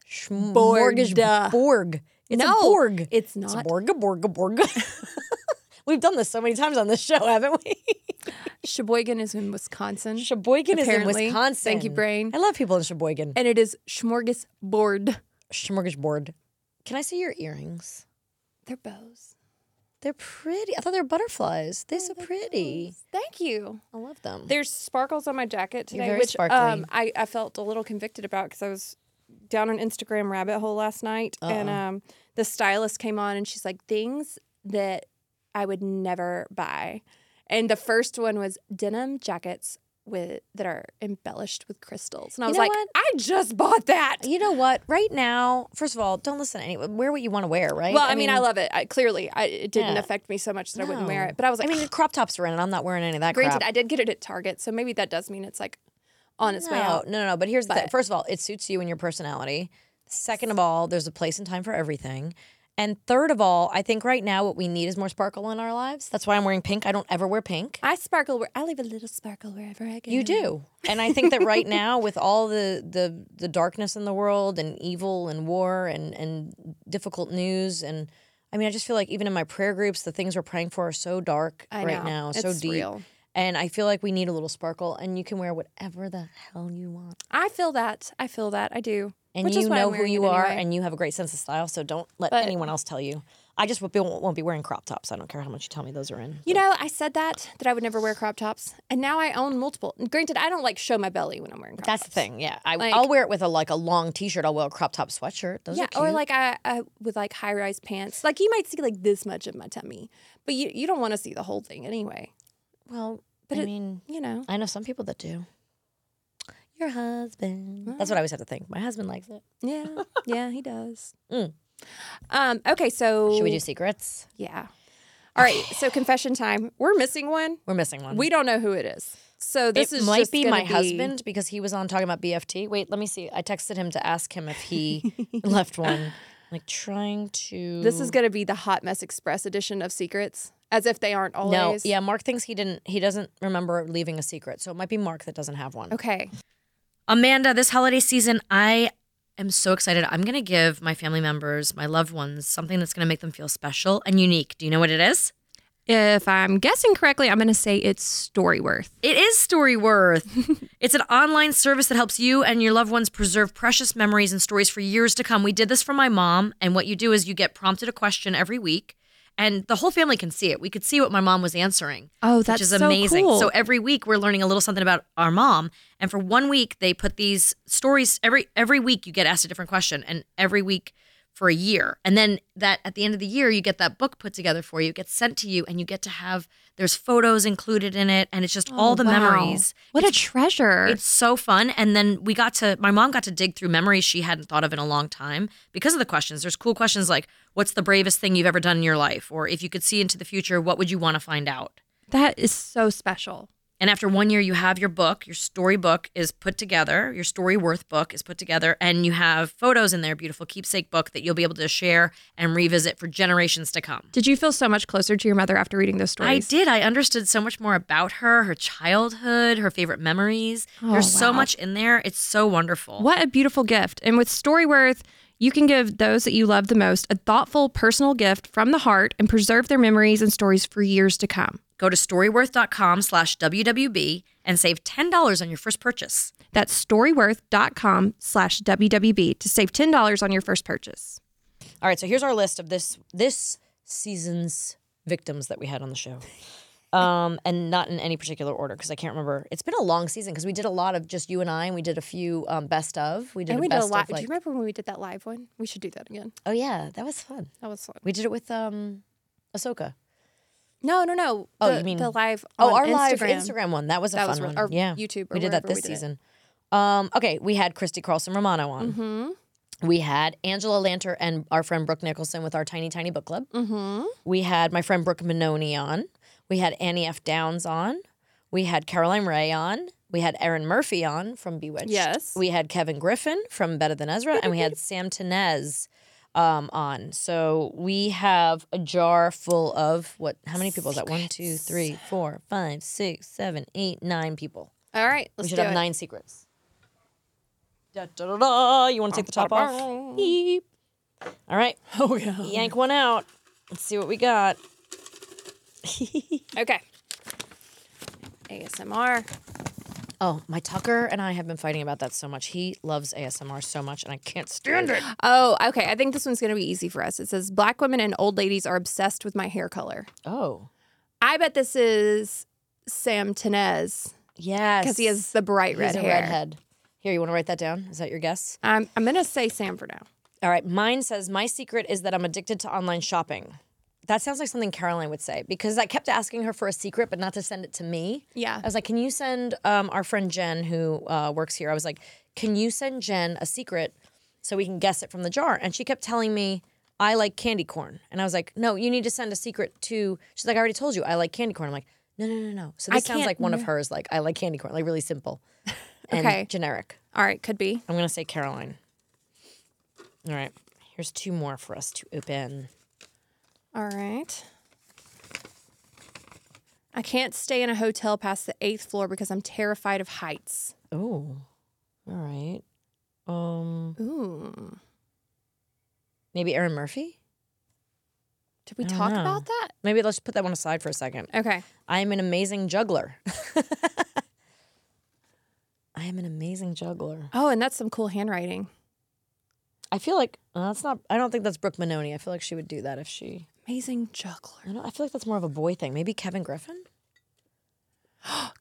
[SPEAKER 1] Smorgasbord. It's a
[SPEAKER 2] No,
[SPEAKER 1] borg. It's
[SPEAKER 2] It's not.
[SPEAKER 1] borga borga borga. We've done this so many times on this show, haven't we?
[SPEAKER 2] Sheboygan is in Wisconsin,
[SPEAKER 1] Sheboygan is in
[SPEAKER 2] Apparently.
[SPEAKER 1] Wisconsin.
[SPEAKER 2] Thank you, brain.
[SPEAKER 1] I love people in Sheboygan.
[SPEAKER 2] and it is smorgasbord.
[SPEAKER 1] Smorgasbord. Can I see your earrings?
[SPEAKER 2] They're bows.
[SPEAKER 1] They're pretty. I thought they were butterflies. They're so pretty.
[SPEAKER 2] Thank you.
[SPEAKER 1] I love them.
[SPEAKER 2] There's sparkles on my jacket
[SPEAKER 1] You're
[SPEAKER 2] today,
[SPEAKER 1] very
[SPEAKER 2] which
[SPEAKER 1] sparkly.
[SPEAKER 2] um I, I felt a little convicted about because I was down an Instagram rabbit hole last night, and
[SPEAKER 1] Uh-uh.
[SPEAKER 2] um the stylist came on and she's like things that I would never buy, and the first one was denim jackets with that are embellished with crystals, and I
[SPEAKER 1] You
[SPEAKER 2] was
[SPEAKER 1] know
[SPEAKER 2] like,
[SPEAKER 1] what?
[SPEAKER 2] I just bought that.
[SPEAKER 1] you know what? Right now, first of all, don't listen to anyone. Wear what you want to wear, right?
[SPEAKER 2] Well, I, mean, I love it. I, clearly, I, it didn't
[SPEAKER 1] Yeah.
[SPEAKER 2] affect me so much that I wouldn't wear
[SPEAKER 1] No.
[SPEAKER 2] it, but I was
[SPEAKER 1] I
[SPEAKER 2] like, "Ah,
[SPEAKER 1] mean, crop tops are in, and I'm not wearing any of that
[SPEAKER 2] granted,
[SPEAKER 1] crap.
[SPEAKER 2] I did get it at Target, so maybe that does mean it's like on its way
[SPEAKER 1] no,
[SPEAKER 2] out.
[SPEAKER 1] No, no, no. But here's the thing.
[SPEAKER 2] But-
[SPEAKER 1] First of all, it suits you and your personality. Second of all, there's a place and time for everything. And third of all, I think right now what we need is more sparkle in our lives. That's why I'm wearing pink. I don't ever wear pink.
[SPEAKER 2] I sparkle where I leave a little sparkle wherever I go.
[SPEAKER 1] You do.
[SPEAKER 2] Mm-hmm.
[SPEAKER 1] And I think that right now with all the, the the darkness in the world and evil and war and and difficult news and I mean I just feel like even in my prayer groups the things we're praying for are so dark
[SPEAKER 2] I
[SPEAKER 1] right
[SPEAKER 2] know.
[SPEAKER 1] now,
[SPEAKER 2] it's
[SPEAKER 1] so deep.
[SPEAKER 2] Real.
[SPEAKER 1] And I feel like we need a little sparkle and you can wear whatever the hell you want.
[SPEAKER 2] I feel that. I feel that. I do.
[SPEAKER 1] And
[SPEAKER 2] Which
[SPEAKER 1] you
[SPEAKER 2] is why I'm
[SPEAKER 1] know who
[SPEAKER 2] wearing
[SPEAKER 1] you
[SPEAKER 2] it
[SPEAKER 1] are
[SPEAKER 2] anyway.
[SPEAKER 1] and you have a great sense of style, so don't let
[SPEAKER 2] But-
[SPEAKER 1] anyone else tell you. I just won't be, won't be wearing crop tops. I don't care how much you tell me those are in.
[SPEAKER 2] You know, I said that that I would never wear crop tops, and now I own multiple. Granted, I don't like show my belly when I'm wearing crop
[SPEAKER 1] That's the
[SPEAKER 2] tops.
[SPEAKER 1] thing. Yeah, I,
[SPEAKER 2] Like-
[SPEAKER 1] I'll wear it with a like a long T-shirt. I'll wear a crop top sweatshirt. Those
[SPEAKER 2] yeah,
[SPEAKER 1] are cute.
[SPEAKER 2] or like I, I with like high rise pants. Like you might see like this much of my tummy, but you you don't want to see the whole thing anyway.
[SPEAKER 1] well,
[SPEAKER 2] but
[SPEAKER 1] I
[SPEAKER 2] it-
[SPEAKER 1] mean,
[SPEAKER 2] You know.
[SPEAKER 1] I know some people that do. Your husband. That's what I always have to think. My husband likes it.
[SPEAKER 2] Yeah. yeah, he does.
[SPEAKER 1] Mm.
[SPEAKER 2] Um. Okay. So
[SPEAKER 1] Should we do secrets?
[SPEAKER 2] Yeah. All right. So confession time. We're missing one.
[SPEAKER 1] We're missing one.
[SPEAKER 2] We don't know who it is. So this
[SPEAKER 1] it
[SPEAKER 2] is
[SPEAKER 1] might
[SPEAKER 2] just
[SPEAKER 1] be
[SPEAKER 2] gonna
[SPEAKER 1] my husband because he was on talking about BFT. Wait, let me see. I texted him to ask him if he left one. Like trying to.
[SPEAKER 2] This
[SPEAKER 3] Mm.
[SPEAKER 2] is going to be the Hot Mess Express edition of Secrets, as if they aren't
[SPEAKER 1] No,
[SPEAKER 2] always.
[SPEAKER 1] yeah. Mark thinks he didn't. He doesn't remember leaving a secret, so it might be Mark that doesn't have one.
[SPEAKER 2] Okay.
[SPEAKER 1] Amanda, this holiday season, I am so excited. I'm going to give my family members, my loved ones, something that's going to make them feel special and unique. Do you know what it is?
[SPEAKER 2] If I'm guessing correctly, I'm going to say it's Storyworth.
[SPEAKER 1] It is Storyworth. it's an online service that helps you and your loved ones preserve precious memories and stories for years to come. We did this for my mom, and what you do is you get prompted a question every week, and the whole family can see it. We could see what my mom was answering.
[SPEAKER 2] Oh,
[SPEAKER 1] which is amazing. So every week we're learning a little something about our mom, and for one week they put these stories every every week you get asked a different question, and every week for a year, and then that at the end of the year you get that book put together for you, it gets sent to you, and you get to have there's photos included in it, and it's just
[SPEAKER 2] Oh,
[SPEAKER 1] all the memories.
[SPEAKER 2] What a treasure.
[SPEAKER 1] It's so fun. And then we got to, my mom got to dig through memories she hadn't thought of in a long time because of the questions. There's cool questions like, what's the bravest thing you've ever done in your life? Or if you could see into the future, what would you want to find out?
[SPEAKER 2] that is so special.
[SPEAKER 1] And after one year, you have your book, your storybook is put together, your story worth book is put together, and you have photos in there, beautiful keepsake book that you'll be able to share and revisit for generations to come.
[SPEAKER 2] Did you feel so much closer to your mother after reading those
[SPEAKER 1] I did. I understood so much more about her, her childhood, her favorite memories.
[SPEAKER 2] Oh,
[SPEAKER 1] There's so
[SPEAKER 2] wow.
[SPEAKER 1] much in there. It's so wonderful.
[SPEAKER 3] What a beautiful gift. And with Storyworth, you can give those that you love the most a thoughtful, personal gift from the heart and preserve their memories and stories for years to come.
[SPEAKER 1] Go to storyworth.com slash WWB and save $10 on your first purchase.
[SPEAKER 3] That's storyworth.com slash WWB to save $10 on your first purchase.
[SPEAKER 1] All right, so here's our list of this this season's victims that we had on the show. Um, and not in any particular order because I can't remember. It's been a long season because we did a lot of just you and I, and we did a few um, best of. We did
[SPEAKER 2] And
[SPEAKER 1] a
[SPEAKER 2] we did
[SPEAKER 1] best
[SPEAKER 2] a lot.
[SPEAKER 1] of like,
[SPEAKER 2] do you remember when we did that live one? We should do that again.
[SPEAKER 1] oh yeah, that was fun.
[SPEAKER 2] That was fun.
[SPEAKER 1] We did it with um, Ahsoka.
[SPEAKER 2] No, no, no.
[SPEAKER 1] Oh,
[SPEAKER 2] the,
[SPEAKER 1] you mean-
[SPEAKER 2] the live?
[SPEAKER 1] Oh,
[SPEAKER 2] on
[SPEAKER 1] our
[SPEAKER 2] Instagram.
[SPEAKER 1] live Instagram one. That was a
[SPEAKER 2] That
[SPEAKER 1] fun
[SPEAKER 2] was re-
[SPEAKER 1] one.
[SPEAKER 2] or
[SPEAKER 1] yeah,
[SPEAKER 2] YouTube or
[SPEAKER 1] we did that
[SPEAKER 2] wherever
[SPEAKER 1] this
[SPEAKER 2] we did it.
[SPEAKER 1] season. Um, okay, we had Christy Carlson Romano on.
[SPEAKER 2] Mm-hmm.
[SPEAKER 1] We had Angela Lanter and our friend Brooke Nicholson with our Tiny Tiny Book Club.
[SPEAKER 2] Mm-hmm.
[SPEAKER 1] We had my friend Brooke Minoni on. We had Annie F. Downs on. We had Caroline Ray on. We had Erin Murphy on from Bewitched.
[SPEAKER 2] Yes.
[SPEAKER 1] We had Kevin Griffin from Better Than Ezra, and we had Sam Tenez um, on. So we have a jar full of what? How many people is that? One, two, three, four, five, six, seven, eight, nine people.
[SPEAKER 2] All right,
[SPEAKER 1] We
[SPEAKER 2] let's
[SPEAKER 1] should
[SPEAKER 2] do
[SPEAKER 1] have
[SPEAKER 2] it.
[SPEAKER 1] nine secrets. Da, da, da, da. You want to take the top off? Beep. All right,
[SPEAKER 2] Oh yeah.
[SPEAKER 1] yank one out. Let's see what we got.
[SPEAKER 2] Okay. ASMR.
[SPEAKER 1] Oh, my Tucker and I have been fighting about that so much. He loves ASMR so much, and I can't stand it.
[SPEAKER 2] Oh, okay. I think this one's going to be easy for us. It says black women and old ladies are obsessed with my hair color.
[SPEAKER 1] Oh,
[SPEAKER 2] I bet this is Sam Tenez
[SPEAKER 1] yes,
[SPEAKER 2] because he has the bright
[SPEAKER 1] He's
[SPEAKER 2] red
[SPEAKER 1] a
[SPEAKER 2] hair.
[SPEAKER 1] redhead. Here, you want to write that down? Is that your guess?
[SPEAKER 2] I'm, I'm going to say Sam for now.
[SPEAKER 1] All right, mine says my secret is that I'm addicted to online shopping. That sounds like something Caroline would say because I kept asking her for a secret, but not to send it to me.
[SPEAKER 2] Yeah.
[SPEAKER 1] I was like, "Can you send um, our friend Jen, who uh, works here?" I was like, "Can you send Jen a secret so we can guess it from the jar?" And she kept telling me, "I like candy corn," and I was like, "No, you need to send a secret to." She's like, "I already told you, I like candy corn." I'm like, "No, no, no, no." So this sounds
[SPEAKER 2] can't-
[SPEAKER 1] like one of hers, like "I like candy corn," like really simple and
[SPEAKER 2] Okay.
[SPEAKER 1] generic.
[SPEAKER 2] All right, could be.
[SPEAKER 1] I'm gonna say Caroline. All right, here's two more for us to open.
[SPEAKER 2] All right. I can't stay in a hotel past the eighth floor because I'm terrified of heights.
[SPEAKER 1] Oh, all right. Um,
[SPEAKER 2] Ooh.
[SPEAKER 1] maybe Aaron Murphy.
[SPEAKER 2] Did we
[SPEAKER 1] I don't
[SPEAKER 2] talk
[SPEAKER 1] know.
[SPEAKER 2] about that?
[SPEAKER 1] Maybe let's put that one aside for a second.
[SPEAKER 2] Okay.
[SPEAKER 1] I am an amazing juggler. I am an amazing juggler.
[SPEAKER 2] Oh, and that's some cool handwriting.
[SPEAKER 1] I feel like uh, that's not. I don't think that's Brooke Minoni. I feel like she would do that if she.
[SPEAKER 2] Amazing
[SPEAKER 1] I
[SPEAKER 2] juggler.
[SPEAKER 1] don't. I feel like that's more of a boy thing. Maybe Kevin Griffin.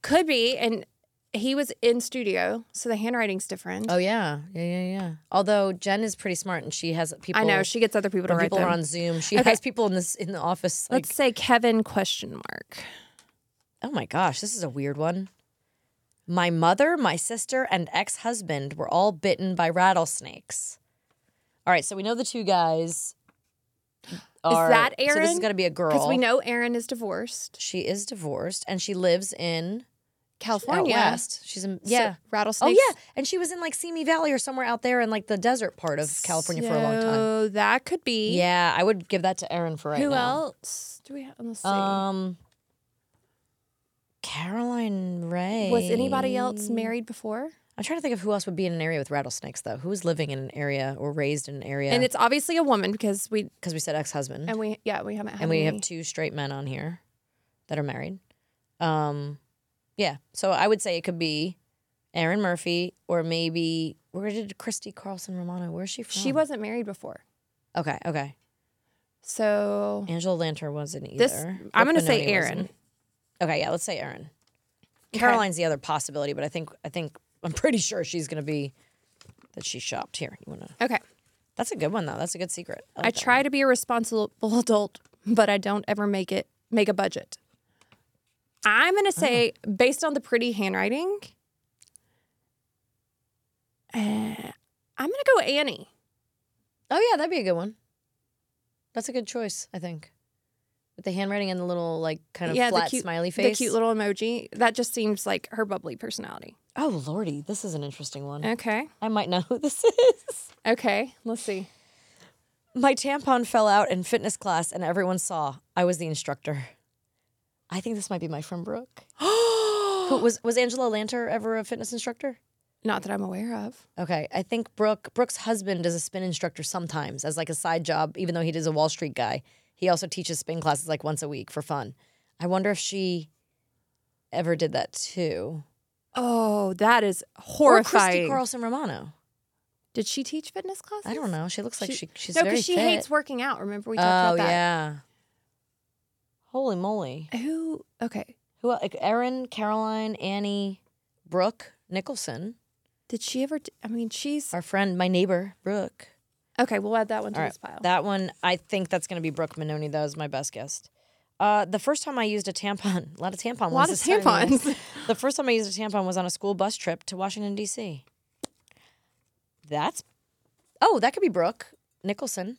[SPEAKER 2] Could be. And he was in studio, so the handwriting's different.
[SPEAKER 1] Oh yeah, yeah, yeah, yeah. Although Jen is pretty smart and she has people.
[SPEAKER 2] I know. She gets other people to
[SPEAKER 1] when
[SPEAKER 2] write
[SPEAKER 1] people
[SPEAKER 2] them.
[SPEAKER 1] are on Zoom. She
[SPEAKER 2] Okay.
[SPEAKER 1] has people in this in the office. Like,
[SPEAKER 2] Let's say Kevin question mark.
[SPEAKER 1] oh my gosh, this is a weird one. My mother, my sister, and ex husband were all bitten by rattlesnakes. All right, so we know the two guys. Are,
[SPEAKER 2] that
[SPEAKER 1] So this is
[SPEAKER 2] Aaron?
[SPEAKER 1] gonna be a girl.
[SPEAKER 2] Because we know Aaron is divorced.
[SPEAKER 1] she is divorced and she lives in
[SPEAKER 2] California.
[SPEAKER 1] Out west. She's in
[SPEAKER 2] So
[SPEAKER 1] yeah. oh
[SPEAKER 2] rattlesnakes.
[SPEAKER 1] yeah, and she was in like Simi Valley or somewhere out there in like the desert part of California for a long time.
[SPEAKER 2] So that could be.
[SPEAKER 1] Yeah, I would give that to Erin for right
[SPEAKER 2] Who
[SPEAKER 1] now.
[SPEAKER 2] else do we have? Let's see.
[SPEAKER 1] Um, Caroline Ray.
[SPEAKER 2] was anybody else married before?
[SPEAKER 1] I'm trying to think of who else would be in an area with rattlesnakes though. Who was living in an area or raised in an area?
[SPEAKER 2] And Oh, it's obviously a woman because we
[SPEAKER 1] because we said ex-husband,
[SPEAKER 2] and we yeah we haven't had
[SPEAKER 1] Mm-hmm. and we
[SPEAKER 2] any.
[SPEAKER 1] have two straight men on here that are married. Um, yeah. So I would say it could be Aaron Murphy or maybe where did Christy Carlson Romano? Where's she from?
[SPEAKER 2] she wasn't married before,
[SPEAKER 1] okay. Okay.
[SPEAKER 2] so
[SPEAKER 1] Angela Lanter wasn't either.
[SPEAKER 2] This- I'm gonna
[SPEAKER 1] Brooke
[SPEAKER 2] say
[SPEAKER 1] Benoni
[SPEAKER 2] Aaron.
[SPEAKER 1] wasn't. Okay, yeah, let's say Aaron. Caroline's the other possibility, but I think I think I'm pretty sure she's gonna be that she shopped here. You wanna?
[SPEAKER 2] okay.
[SPEAKER 1] That's a good one though. That's a good secret.
[SPEAKER 2] I try to be a responsible adult, but I don't ever make it make a budget. I'm
[SPEAKER 1] Oh.
[SPEAKER 2] gonna say based on the pretty handwriting, uh, I'm gonna go Annie.
[SPEAKER 1] Oh yeah, that'd be a good one. That's a good choice, I think. With the handwriting and the little like kind of
[SPEAKER 2] Yeah, the
[SPEAKER 1] flat
[SPEAKER 2] cute-
[SPEAKER 1] smiley
[SPEAKER 2] The
[SPEAKER 1] face.
[SPEAKER 2] cute little emoji that just seems like her bubbly personality.
[SPEAKER 1] oh lordy, this is an interesting one.
[SPEAKER 2] Okay,
[SPEAKER 1] I might know who this is.
[SPEAKER 2] okay, let's see.
[SPEAKER 1] My tampon fell out in fitness class, and everyone saw. I was the instructor. I think this might be my friend Brooke. Who was was Angela Lanter ever a fitness instructor?
[SPEAKER 2] Not that I'm aware of.
[SPEAKER 1] Okay, I think Brooke Brooke's husband is a spin instructor sometimes as like a side job, even though he is a Wall Street guy. He also teaches spin classes like once a week for fun. I wonder if she ever did that too.
[SPEAKER 2] Oh, that is
[SPEAKER 1] Or Christy
[SPEAKER 2] horrifying.
[SPEAKER 1] Carlson Romano.
[SPEAKER 2] Did she teach fitness classes?
[SPEAKER 1] I don't know. She looks like she,
[SPEAKER 2] She-
[SPEAKER 1] she's
[SPEAKER 2] no,
[SPEAKER 1] very
[SPEAKER 2] because she
[SPEAKER 1] fit.
[SPEAKER 2] hates working out. Remember we
[SPEAKER 1] oh
[SPEAKER 2] talked about that.
[SPEAKER 1] yeah. Holy moly!
[SPEAKER 2] Yeah. Who? Okay.
[SPEAKER 1] Who? el- Like Erin, Caroline, Annie, Brooke Nicholson,
[SPEAKER 2] Did she ever? t- I mean, she's
[SPEAKER 1] our friend, my neighbor Brooke.
[SPEAKER 2] okay. We'll add that one to
[SPEAKER 1] All right.
[SPEAKER 2] this pile.
[SPEAKER 1] That one, I think that's going to be Brooke Minoni. That was my best guess. Uh, the first time I used a tampon, a lot of tampon.
[SPEAKER 2] a
[SPEAKER 1] ones
[SPEAKER 2] lot of
[SPEAKER 1] this time, guys.
[SPEAKER 2] tampons.
[SPEAKER 1] The first time I used a tampon was on a school bus trip to Washington D.C. That's, oh, that could be Brooke Nicholson.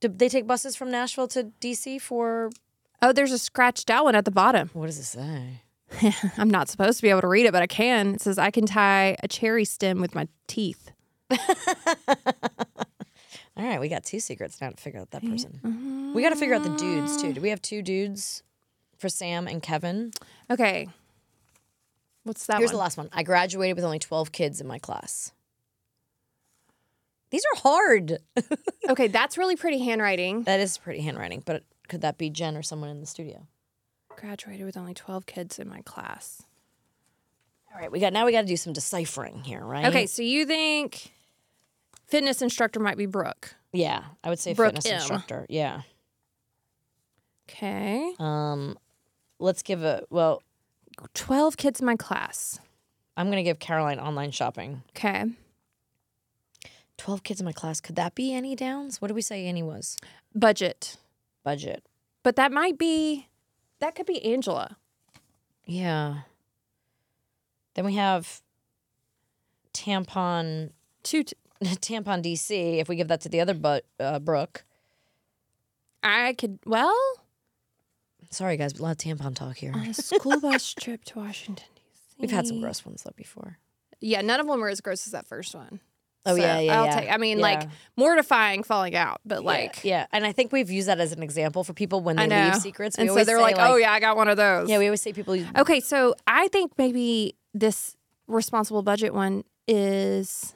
[SPEAKER 1] Did they take buses from Nashville to D.C. for
[SPEAKER 2] oh, there's a scratched out one at the bottom.
[SPEAKER 1] what does it say?
[SPEAKER 2] I'm not supposed to be able to read it, but I can. It says I can tie a cherry stem with my teeth.
[SPEAKER 1] All right, we got two secrets now to figure out that person. We got to figure out the dudes too. Do we have two dudes for Sam and Kevin?
[SPEAKER 2] Okay. What's that
[SPEAKER 1] Here's the
[SPEAKER 2] one?
[SPEAKER 1] last one. I graduated with only 12 kids in my class. These are hard.
[SPEAKER 2] okay, that's really pretty handwriting.
[SPEAKER 1] That is pretty handwriting, but could that be Jen or someone in the studio?
[SPEAKER 2] Graduated with only 12 kids in my class.
[SPEAKER 1] All right, we got now we got to do some deciphering here, right?
[SPEAKER 2] Okay, so you think fitness instructor might be Brooke?
[SPEAKER 1] Yeah, I would say
[SPEAKER 2] Brooke
[SPEAKER 1] fitness
[SPEAKER 2] M.
[SPEAKER 1] instructor. Yeah.
[SPEAKER 2] Okay.
[SPEAKER 1] Um let's give a well,
[SPEAKER 2] 12 Oh, kids in my class.
[SPEAKER 1] I'm going to give Caroline online shopping.
[SPEAKER 2] Okay.
[SPEAKER 1] 12 kids in my class. Could that be Annie Downs? What did we say Annie was?
[SPEAKER 2] Budget.
[SPEAKER 1] Budget.
[SPEAKER 2] But that might be, that could be Angela.
[SPEAKER 1] Yeah. Then we have tampon
[SPEAKER 2] Two. T-
[SPEAKER 1] tampon DC. If we give that to the other but uh, Brooke,
[SPEAKER 2] I could, well,
[SPEAKER 1] sorry guys, but a lot of tampon talk here.
[SPEAKER 2] on a school bus trip to Washington, D.C.
[SPEAKER 1] We've had some gross ones though before.
[SPEAKER 2] Yeah, none of them were as gross as that first one.
[SPEAKER 1] Oh,
[SPEAKER 2] So
[SPEAKER 1] yeah, yeah,
[SPEAKER 2] I'll
[SPEAKER 1] yeah.
[SPEAKER 2] take. I mean,
[SPEAKER 1] Yeah.
[SPEAKER 2] like mortifying falling out, but like
[SPEAKER 1] yeah, and I think we've used that as an example for people when
[SPEAKER 2] I
[SPEAKER 1] they
[SPEAKER 2] know
[SPEAKER 1] leave secrets. We
[SPEAKER 2] and so
[SPEAKER 1] always
[SPEAKER 2] they're
[SPEAKER 1] say,
[SPEAKER 2] like, "Oh yeah, I got one of those."
[SPEAKER 1] yeah." We always say people. use-
[SPEAKER 2] Okay, so I think maybe this responsible budget one is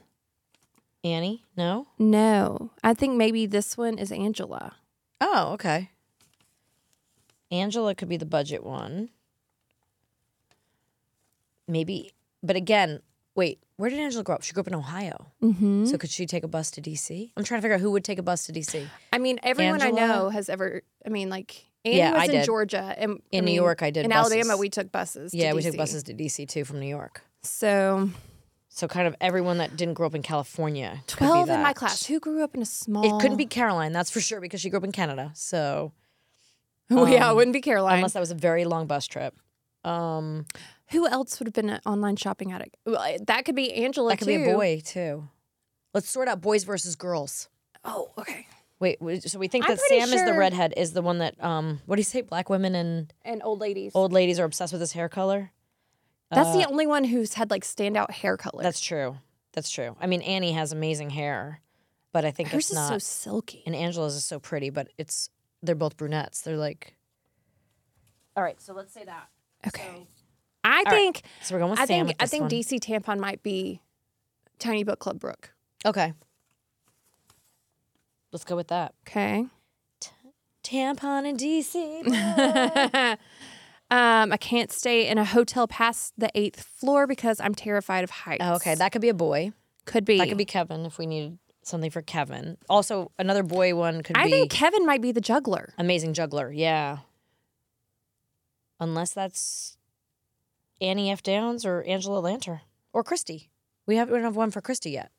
[SPEAKER 1] Annie, no.
[SPEAKER 2] no. I think maybe this one is Angela.
[SPEAKER 1] Oh, okay. Angela could be the budget one. Maybe, but again, wait. Where did Angela grow up? She grew up in Ohio.
[SPEAKER 2] Mm-hmm.
[SPEAKER 1] So could she take a bus to DC? I'm trying to figure out who would take a bus to DC.
[SPEAKER 2] I mean, everyone I
[SPEAKER 1] Angela?
[SPEAKER 2] know has ever. I mean, like Annie
[SPEAKER 1] Yeah,
[SPEAKER 2] was
[SPEAKER 1] I
[SPEAKER 2] in
[SPEAKER 1] did.
[SPEAKER 2] Georgia and I
[SPEAKER 1] In New
[SPEAKER 2] mean,
[SPEAKER 1] York, I did
[SPEAKER 2] Mm. In
[SPEAKER 1] buses.
[SPEAKER 2] Alabama, we took buses. to
[SPEAKER 1] yeah, we took
[SPEAKER 2] DC.
[SPEAKER 1] buses to DC too from New York.
[SPEAKER 2] So
[SPEAKER 1] So kind of everyone that didn't grow up in California. could be
[SPEAKER 2] twelve in my
[SPEAKER 1] that.
[SPEAKER 2] class. Who grew up in a small?
[SPEAKER 1] It couldn't be Caroline, that's for sure, because she grew up in Canada. So
[SPEAKER 2] Oh yeah, it
[SPEAKER 1] um,
[SPEAKER 2] wouldn't be Caroline.
[SPEAKER 1] unless that was a very long bus trip. Um,
[SPEAKER 2] Who else would have been an online shopping addict? Well, That could be Angela.
[SPEAKER 1] that could be a
[SPEAKER 2] too.
[SPEAKER 1] boy too. Let's sort out boys versus girls.
[SPEAKER 2] Oh, okay.
[SPEAKER 1] Wait, w- so we think
[SPEAKER 2] I'm
[SPEAKER 1] that
[SPEAKER 2] pretty
[SPEAKER 1] Sam is the
[SPEAKER 2] sure-
[SPEAKER 1] redhead, is the one that um, what do you say? Black women and
[SPEAKER 2] And old ladies.
[SPEAKER 1] old ladies are obsessed with his hair color.
[SPEAKER 2] That's the only one who's had like standout hair color.
[SPEAKER 1] That's true. That's true. I mean, Annie has amazing hair, but I think
[SPEAKER 2] hers
[SPEAKER 1] it's
[SPEAKER 2] is
[SPEAKER 1] not.
[SPEAKER 2] so silky.
[SPEAKER 1] and Angela's is so pretty, but it's they're both brunettes. They're like. All right, so let's say that.
[SPEAKER 2] Okay. I
[SPEAKER 1] right.
[SPEAKER 2] think
[SPEAKER 1] So we're going with
[SPEAKER 2] I
[SPEAKER 1] Sam.
[SPEAKER 2] think
[SPEAKER 1] with
[SPEAKER 2] I
[SPEAKER 1] this
[SPEAKER 2] think
[SPEAKER 1] one.
[SPEAKER 2] DC Tampon might be Tiny Book Club Brooke.
[SPEAKER 1] Okay. Let's go with that.
[SPEAKER 2] Okay.
[SPEAKER 1] Tampon in DC.
[SPEAKER 2] Um, I can't stay in a hotel past the eighth floor because I'm terrified of heights.
[SPEAKER 1] oh, okay, that could be a boy.
[SPEAKER 2] could be.
[SPEAKER 1] That could be Kevin if we needed something for Kevin. Also, another boy one could
[SPEAKER 2] I
[SPEAKER 1] be
[SPEAKER 2] think Kevin might be the juggler.
[SPEAKER 1] amazing juggler. Yeah. Unless that's Annie F. Downs or Angela Lanter or Christy. We haven't we don't have one for Christy yet.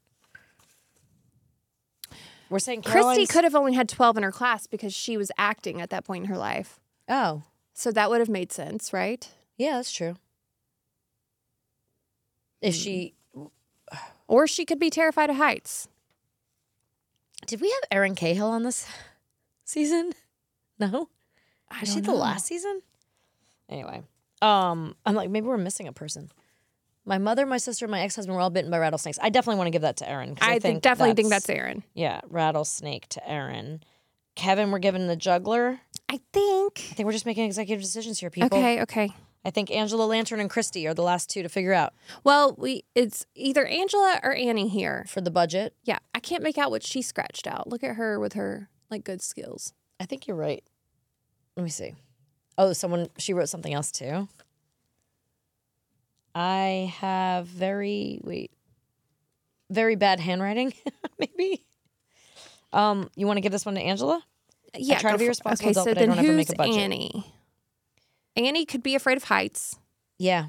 [SPEAKER 1] We're saying
[SPEAKER 2] Christy
[SPEAKER 1] Caroline's-
[SPEAKER 2] could have only had twelve in her class because she was acting at that point in her life.
[SPEAKER 1] Oh,
[SPEAKER 2] So that would have made sense, right?
[SPEAKER 1] yeah, that's true. If she
[SPEAKER 2] Or she could be terrified of heights.
[SPEAKER 1] did, we have Erin Cahill on this season. No,
[SPEAKER 2] I
[SPEAKER 1] was
[SPEAKER 2] don't
[SPEAKER 1] she the
[SPEAKER 2] know.
[SPEAKER 1] last season? Anyway, um, I'm like maybe we're missing a person. My mother, my sister, and my ex husband were all bitten by rattlesnakes. I definitely want to give that to Erin. 'cause
[SPEAKER 2] I, think definitely think that's Aaron.
[SPEAKER 1] Yeah, rattlesnake to Erin. Kevin, we're giving the juggler.
[SPEAKER 2] I think.
[SPEAKER 1] I think we're just making executive decisions here, people.
[SPEAKER 2] Okay, okay.
[SPEAKER 1] I think Angela Lantern and Christy are the last two to figure out
[SPEAKER 2] Well, we it's either Angela or Annie here.
[SPEAKER 1] for the budget.
[SPEAKER 2] Yeah, I can't make out what she scratched out. Look at her with her like good skills.
[SPEAKER 1] I think you're right. Let me see. Oh, someone she wrote something else too. I have very wait, very bad handwriting. maybe. Um, you want to give this one to Angela?
[SPEAKER 2] Yeah,
[SPEAKER 1] try to
[SPEAKER 2] go
[SPEAKER 1] be
[SPEAKER 2] for-
[SPEAKER 1] responsible
[SPEAKER 2] Okay,
[SPEAKER 1] adult,
[SPEAKER 2] so
[SPEAKER 1] but I
[SPEAKER 2] then
[SPEAKER 1] don't ever
[SPEAKER 2] who's
[SPEAKER 1] make a budget.
[SPEAKER 2] Annie? Annie could be afraid of heights,
[SPEAKER 1] Yeah.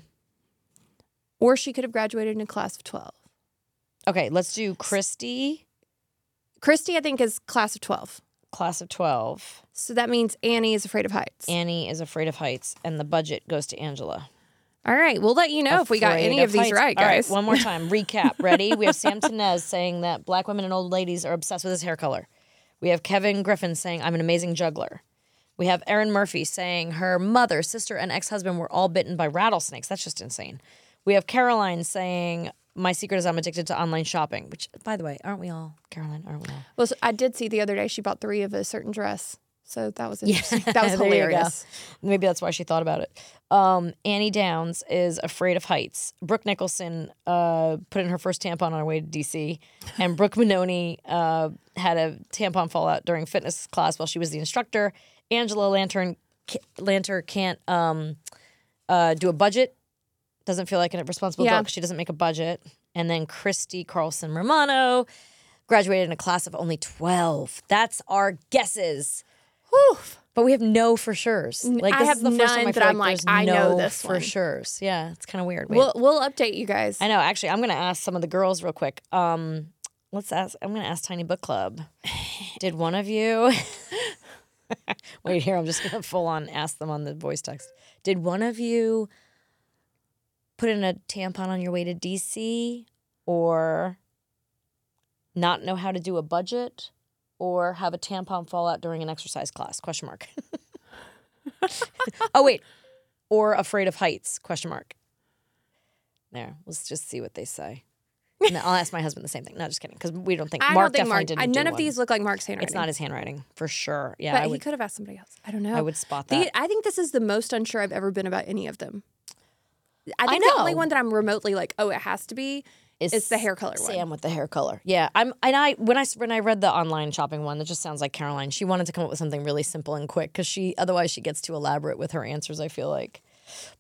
[SPEAKER 2] or she could have graduated in a class of twelve.
[SPEAKER 1] Okay, let's do Christy,
[SPEAKER 2] Christy, I think, is class of twelve,
[SPEAKER 1] class of twelve.
[SPEAKER 2] so that means Annie is afraid of heights.
[SPEAKER 1] Annie is afraid of heights, and the budget goes to Angela.
[SPEAKER 2] All right, we'll let you know if we got
[SPEAKER 1] Afraid
[SPEAKER 2] any of, these
[SPEAKER 1] heights.
[SPEAKER 2] right,
[SPEAKER 1] All
[SPEAKER 2] guys.
[SPEAKER 1] one more time. Recap. Ready? We have Sam Tenez saying that black women and old ladies are obsessed with his hair color. We have Kevin Griffin saying, I'm an amazing juggler. We have Erin Murphy saying her mother, sister, and ex husband were all bitten by rattlesnakes. That's just insane. We have Caroline saying, My secret is I'm addicted to online shopping, which, by the way, aren't we all, Caroline? Aren't we all?
[SPEAKER 2] Well, so I did see the other day she bought three of a certain dress, so that was interesting. That was
[SPEAKER 1] There you go.
[SPEAKER 2] hilarious.
[SPEAKER 1] Maybe that's why she thought about it. Um, Annie Downs is afraid of heights. Brooke Nicholson uh, put in her first tampon on her way to DC, and Brooke Minoni uh, had a tampon fallout during fitness class while she was the instructor. Angela Lantern ca- Lanter can't um, uh, do a budget. Doesn't feel like a responsible
[SPEAKER 2] Yeah.
[SPEAKER 1] adult 'cause she doesn't make a budget. And then Christy Carlson Romano graduated in a class of only twelve. That's our guesses.
[SPEAKER 2] Whew.
[SPEAKER 1] But we have no for sure's. Like
[SPEAKER 2] I
[SPEAKER 1] this
[SPEAKER 2] have
[SPEAKER 1] is the first time
[SPEAKER 2] none
[SPEAKER 1] I
[SPEAKER 2] that
[SPEAKER 1] feel
[SPEAKER 2] I'm like,
[SPEAKER 1] there's
[SPEAKER 2] I know
[SPEAKER 1] no
[SPEAKER 2] this
[SPEAKER 1] for
[SPEAKER 2] one.
[SPEAKER 1] sure's. Yeah, it's kind of weird. Wait.
[SPEAKER 2] We'll we'll update you guys.
[SPEAKER 1] I know. Actually, I'm gonna ask some of the girls real quick. Um, let's ask. I'm gonna ask Tiny Book Club. Did one of you? Wait here. I'm just gonna full on ask them on the voice text. Did one of you put in a tampon on your way to DC, or not know how to do a budget, or have a tampon fall out during an exercise class? Question mark. oh wait, or afraid of heights? Question mark. There. Let's just see what they say. No, I'll ask my husband the same thing. No, just kidding. Because we don't think
[SPEAKER 2] I
[SPEAKER 1] Mark
[SPEAKER 2] don't think
[SPEAKER 1] definitely
[SPEAKER 2] Mark.
[SPEAKER 1] didn't.
[SPEAKER 2] I,
[SPEAKER 1] do
[SPEAKER 2] none of
[SPEAKER 1] one.
[SPEAKER 2] these look like Mark's handwriting.
[SPEAKER 1] It's not his handwriting for sure. Yeah,
[SPEAKER 2] But
[SPEAKER 1] I
[SPEAKER 2] he
[SPEAKER 1] would.
[SPEAKER 2] could have asked somebody else. I don't know.
[SPEAKER 1] I would spot that.
[SPEAKER 2] The, I think this is the most unsure I've ever been about any of them. I
[SPEAKER 1] I
[SPEAKER 2] think the only
[SPEAKER 1] know.
[SPEAKER 2] one that I'm remotely like, oh, it has to be. It's the hair color
[SPEAKER 1] Sam
[SPEAKER 2] one.
[SPEAKER 1] with the hair color. Yeah, I'm and I when I when I read the online shopping one, that just sounds like Caroline. She wanted to come up with something really simple and quick because she otherwise she gets too elaborate with her answers. I feel like,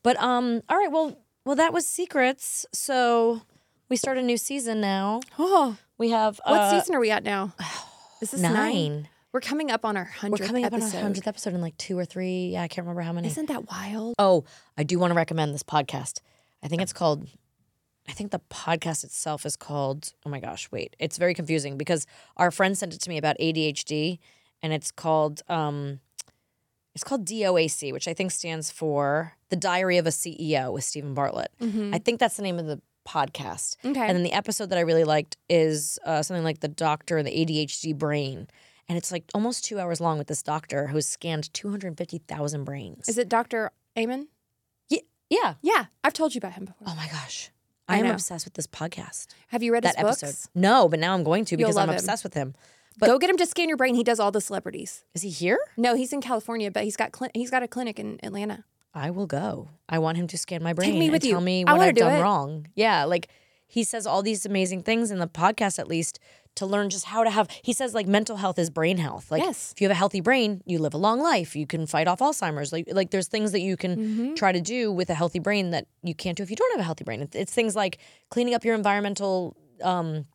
[SPEAKER 1] but um, all right, well, well, that was secrets. So we start a new season now.
[SPEAKER 2] Oh,
[SPEAKER 1] We have
[SPEAKER 2] what
[SPEAKER 1] uh,
[SPEAKER 2] season are we at now? Is this
[SPEAKER 1] 9
[SPEAKER 2] nine? We're coming up on our
[SPEAKER 1] We're
[SPEAKER 2] hundredth.
[SPEAKER 1] coming up
[SPEAKER 2] episode.
[SPEAKER 1] on our hundredth episode in like two or three. Yeah, I can't remember how many.
[SPEAKER 2] Isn't that wild?
[SPEAKER 1] Oh, I do want to recommend this podcast. I think it's called, I think the podcast itself is called, oh my gosh, wait. It's very confusing because our friend sent it to me about ADHD and it's called, um, it's called DOAC, which I think stands for The Diary of a CEO with Stephen Bartlett. I think that's the name of the podcast.
[SPEAKER 2] Mm-hmm. Okay.
[SPEAKER 1] Mm-hmm. And then the episode that I really liked is uh, something like The Doctor and the ADHD Brain. And it's like almost two hours long with this doctor who's scanned 250,000 brains.
[SPEAKER 2] Is it Dr. Amen?
[SPEAKER 1] yeah.
[SPEAKER 2] Yeah, I've told you about him before.
[SPEAKER 1] Oh my gosh.
[SPEAKER 2] I
[SPEAKER 1] I, am
[SPEAKER 2] know.
[SPEAKER 1] obsessed with this podcast.
[SPEAKER 2] Have you read
[SPEAKER 1] That
[SPEAKER 2] his
[SPEAKER 1] episode.
[SPEAKER 2] books?
[SPEAKER 1] No, but now I'm going to
[SPEAKER 2] You'll
[SPEAKER 1] because I'm
[SPEAKER 2] love him.
[SPEAKER 1] obsessed with him. But-
[SPEAKER 2] Go get him to scan your brain. He does all the celebrities.
[SPEAKER 1] Is he here?
[SPEAKER 2] No, he's in California, but he's got cl- he's got a clinic in Atlanta.
[SPEAKER 1] I will go. I want him to scan my brain
[SPEAKER 2] me
[SPEAKER 1] and
[SPEAKER 2] with you.
[SPEAKER 1] tell me
[SPEAKER 2] I
[SPEAKER 1] what
[SPEAKER 2] wanna
[SPEAKER 1] I've
[SPEAKER 2] do
[SPEAKER 1] done
[SPEAKER 2] it.
[SPEAKER 1] wrong. Yeah, like he says all these amazing things in the podcast at least to learn just how to have he says like mental health is brain health. Like
[SPEAKER 2] Yes.
[SPEAKER 1] if you have a healthy brain, you live a long life. You can fight off Alzheimer's. Like like there's things that you can
[SPEAKER 2] Mm-hmm.
[SPEAKER 1] try to do with a healthy brain that you can't do if you don't have a healthy brain. It's, it's things like cleaning up your environmental um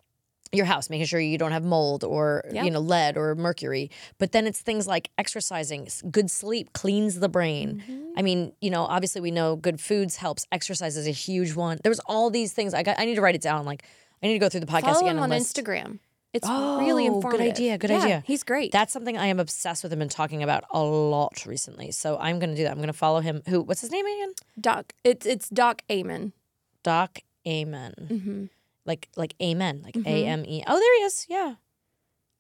[SPEAKER 1] your house, making sure you don't have mold or
[SPEAKER 2] Yeah.
[SPEAKER 1] you know lead or mercury. But then it's things like exercising, s- good sleep cleans the
[SPEAKER 2] Mm-hmm.
[SPEAKER 1] brain. I mean, you know, obviously we know good foods helps. Exercise is a huge one. There was all these things. I got. I need to write it down. Like I need to go through the podcast
[SPEAKER 2] Follow
[SPEAKER 1] again
[SPEAKER 2] him
[SPEAKER 1] and
[SPEAKER 2] on
[SPEAKER 1] list.
[SPEAKER 2] Instagram. It's
[SPEAKER 1] Oh,
[SPEAKER 2] really
[SPEAKER 1] good
[SPEAKER 2] informative.
[SPEAKER 1] idea, good
[SPEAKER 2] Yeah,
[SPEAKER 1] idea.
[SPEAKER 2] He's great.
[SPEAKER 1] That's something I am obsessed with. and been talking about a lot recently. So I'm going to do that. I'm going to follow him. Who? What's his name again?
[SPEAKER 2] Doc. It's it's Doc Amen.
[SPEAKER 1] Doc Amen.
[SPEAKER 2] Mm-hmm.
[SPEAKER 1] Like like Amen. Like
[SPEAKER 2] Mhm.
[SPEAKER 1] A M E. Oh, there he is. Yeah.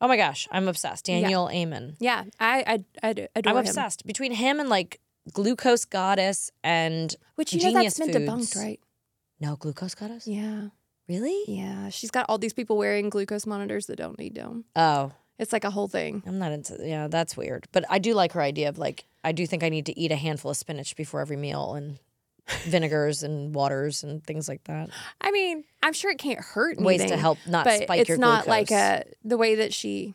[SPEAKER 1] Oh my gosh, I'm obsessed. Daniel Amen.
[SPEAKER 2] Yeah, I I I d- adore
[SPEAKER 1] I'm
[SPEAKER 2] him.
[SPEAKER 1] obsessed between him and like glucose goddess and
[SPEAKER 2] Which you know
[SPEAKER 1] Genius
[SPEAKER 2] that's been
[SPEAKER 1] Foods.
[SPEAKER 2] debunked, right?
[SPEAKER 1] no glucose goddess.
[SPEAKER 2] Yeah,
[SPEAKER 1] Really?
[SPEAKER 2] yeah. She's got all these people wearing glucose monitors that don't need them.
[SPEAKER 1] Oh,
[SPEAKER 2] It's like a whole thing.
[SPEAKER 1] I'm not into. Yeah, that's weird. But I do like her idea of like I do think I need to eat a handful of spinach before every meal and vinegars and waters and things like that.
[SPEAKER 2] I mean, I'm sure it can't hurt.
[SPEAKER 1] Ways to
[SPEAKER 2] anything,
[SPEAKER 1] help not
[SPEAKER 2] but
[SPEAKER 1] spike
[SPEAKER 2] it's
[SPEAKER 1] your
[SPEAKER 2] not
[SPEAKER 1] glucose.
[SPEAKER 2] like a the way that she.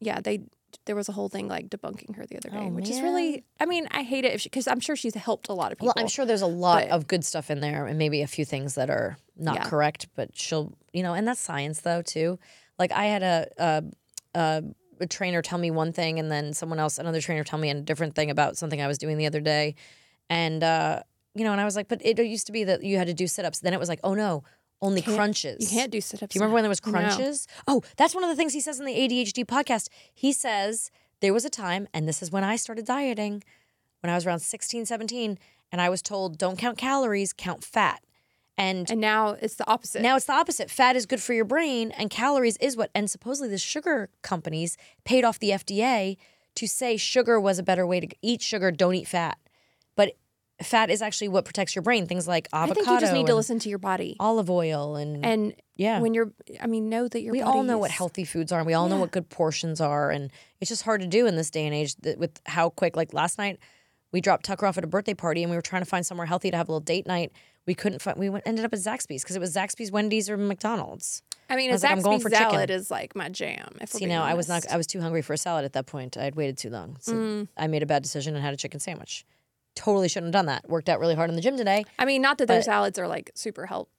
[SPEAKER 2] Yeah, they there was a whole thing like debunking her the other day,
[SPEAKER 1] Oh,
[SPEAKER 2] which is
[SPEAKER 1] man.
[SPEAKER 2] really. I mean, I hate it because I'm sure she's helped a lot of people.
[SPEAKER 1] Well, I'm sure there's a lot
[SPEAKER 2] but-
[SPEAKER 1] of good stuff in there and maybe a few things that are not
[SPEAKER 2] Yeah.
[SPEAKER 1] correct, but she'll, you know, and that's science though, too. Like I had a, a, a, a trainer tell me one thing and then someone else, another trainer tell me a different thing about something I was doing the other day. And, uh, you know, and I was like, but it used to be that you had to do sit ups. Then it was like, oh no, only
[SPEAKER 2] Can't-
[SPEAKER 1] crunches.
[SPEAKER 2] You can't do sit-ups.
[SPEAKER 1] Do you remember
[SPEAKER 2] now.
[SPEAKER 1] when there was
[SPEAKER 2] No.
[SPEAKER 1] crunches? Oh, that's one of the things he says in the ADHD podcast. He says there was a time, and this is when I started dieting, when I was around 16, 17, and I was told don't count calories, count fat. And
[SPEAKER 2] And now it's the opposite.
[SPEAKER 1] now it's the opposite. Fat is good for your brain, and calories is what. And supposedly the sugar companies paid off the FDA to say sugar was a better way to eat sugar, don't eat fat. But fat is actually what protects your brain. Things like
[SPEAKER 2] I
[SPEAKER 1] avocado,
[SPEAKER 2] think you just need to
[SPEAKER 1] and
[SPEAKER 2] listen to your body.
[SPEAKER 1] olive oil, and,
[SPEAKER 2] And
[SPEAKER 1] yeah.
[SPEAKER 2] when you're, I mean, know that your
[SPEAKER 1] we
[SPEAKER 2] body
[SPEAKER 1] all know what
[SPEAKER 2] is-
[SPEAKER 1] healthy foods are and we all know
[SPEAKER 2] Yeah.
[SPEAKER 1] what good portions are and it's just hard to do in this day and age that with how quick like last night we dropped tucker off at a birthday party and we were trying to find somewhere healthy to have a little date night we couldn't find we went, ended up at zaxby's because it was zaxby's wendy's or mcdonald's
[SPEAKER 2] I mean,
[SPEAKER 1] I
[SPEAKER 2] a
[SPEAKER 1] was like, I'm
[SPEAKER 2] Zaxby's
[SPEAKER 1] going for chicken.
[SPEAKER 2] salad is like my jam. If
[SPEAKER 1] see
[SPEAKER 2] we're being
[SPEAKER 1] now i was not
[SPEAKER 2] honest.
[SPEAKER 1] i was too hungry for a salad at that point i had waited too long so
[SPEAKER 2] Mm.
[SPEAKER 1] i made a bad decision and had a chicken sandwich totally shouldn't have done that worked out really hard in the gym today
[SPEAKER 2] I mean, not that their
[SPEAKER 1] but-
[SPEAKER 2] salads are like super healthy,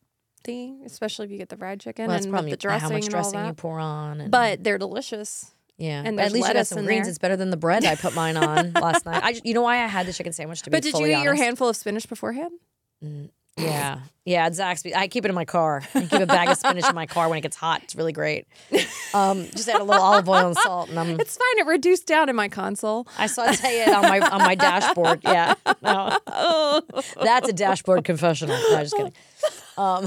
[SPEAKER 2] especially if you get the fried chicken
[SPEAKER 1] well, that's the
[SPEAKER 2] and with
[SPEAKER 1] problem
[SPEAKER 2] the
[SPEAKER 1] you-
[SPEAKER 2] dressing
[SPEAKER 1] how much
[SPEAKER 2] and
[SPEAKER 1] dressing
[SPEAKER 2] all
[SPEAKER 1] you
[SPEAKER 2] that.
[SPEAKER 1] pour on and
[SPEAKER 2] But they're delicious.
[SPEAKER 1] Yeah,
[SPEAKER 2] And
[SPEAKER 1] but at
[SPEAKER 2] there's
[SPEAKER 1] least you got
[SPEAKER 2] lettuce
[SPEAKER 1] some
[SPEAKER 2] in
[SPEAKER 1] greens.
[SPEAKER 2] there.
[SPEAKER 1] It's better than the bread I put mine on last night. I just, you know why I had the chicken sandwich to be
[SPEAKER 2] But did you
[SPEAKER 1] fully
[SPEAKER 2] eat your
[SPEAKER 1] honest?
[SPEAKER 2] handful of spinach beforehand?
[SPEAKER 1] Yeah, yeah, at Zaxby. I keep it in my car. I keep a bag of spinach in my car when it gets hot. It's really great. Um, just add a little olive oil and salt, and I'm.
[SPEAKER 2] It's fine. It reduced down in my console.
[SPEAKER 1] I saute it on my on my dashboard. Yeah, no, that's a dashboard confessional. No, just kidding. Um,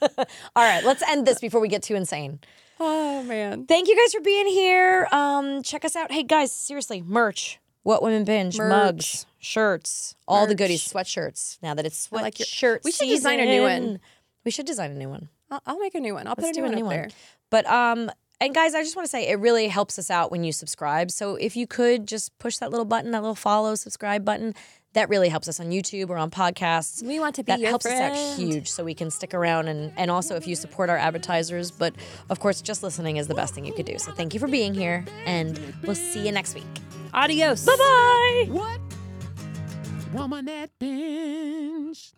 [SPEAKER 1] all right, let's end this before we get too insane.
[SPEAKER 2] Oh man.
[SPEAKER 1] Thank you guys for being here. Um, check us out. Hey guys, seriously, merch. What women binge
[SPEAKER 2] Merch.
[SPEAKER 1] mugs, shirts, all the
[SPEAKER 2] Merch.
[SPEAKER 1] goodies, sweatshirts. Now that it's
[SPEAKER 2] I like your-
[SPEAKER 1] sweatshirt,
[SPEAKER 2] We should design a new one.
[SPEAKER 1] We should design a new one.
[SPEAKER 2] I'll, I'll make a new one. I'll
[SPEAKER 1] Let's
[SPEAKER 2] put
[SPEAKER 1] do
[SPEAKER 2] a new,
[SPEAKER 1] a
[SPEAKER 2] one
[SPEAKER 1] new
[SPEAKER 2] up
[SPEAKER 1] one.
[SPEAKER 2] there.
[SPEAKER 1] But um and guys, I just want to say it really helps us out when you subscribe. So if you could just push that little button, that little follow, subscribe button, that really helps us on YouTube or on podcasts.
[SPEAKER 2] We want to be
[SPEAKER 1] That
[SPEAKER 2] your
[SPEAKER 1] helps
[SPEAKER 2] friend.
[SPEAKER 1] us out huge so we can stick around and, and also if you support our advertisers. But of course, just listening is the best thing you could do. So thank you for being here and we'll see you next week.
[SPEAKER 2] Adios.
[SPEAKER 1] Bye bye.
[SPEAKER 4] What? Woman that binge.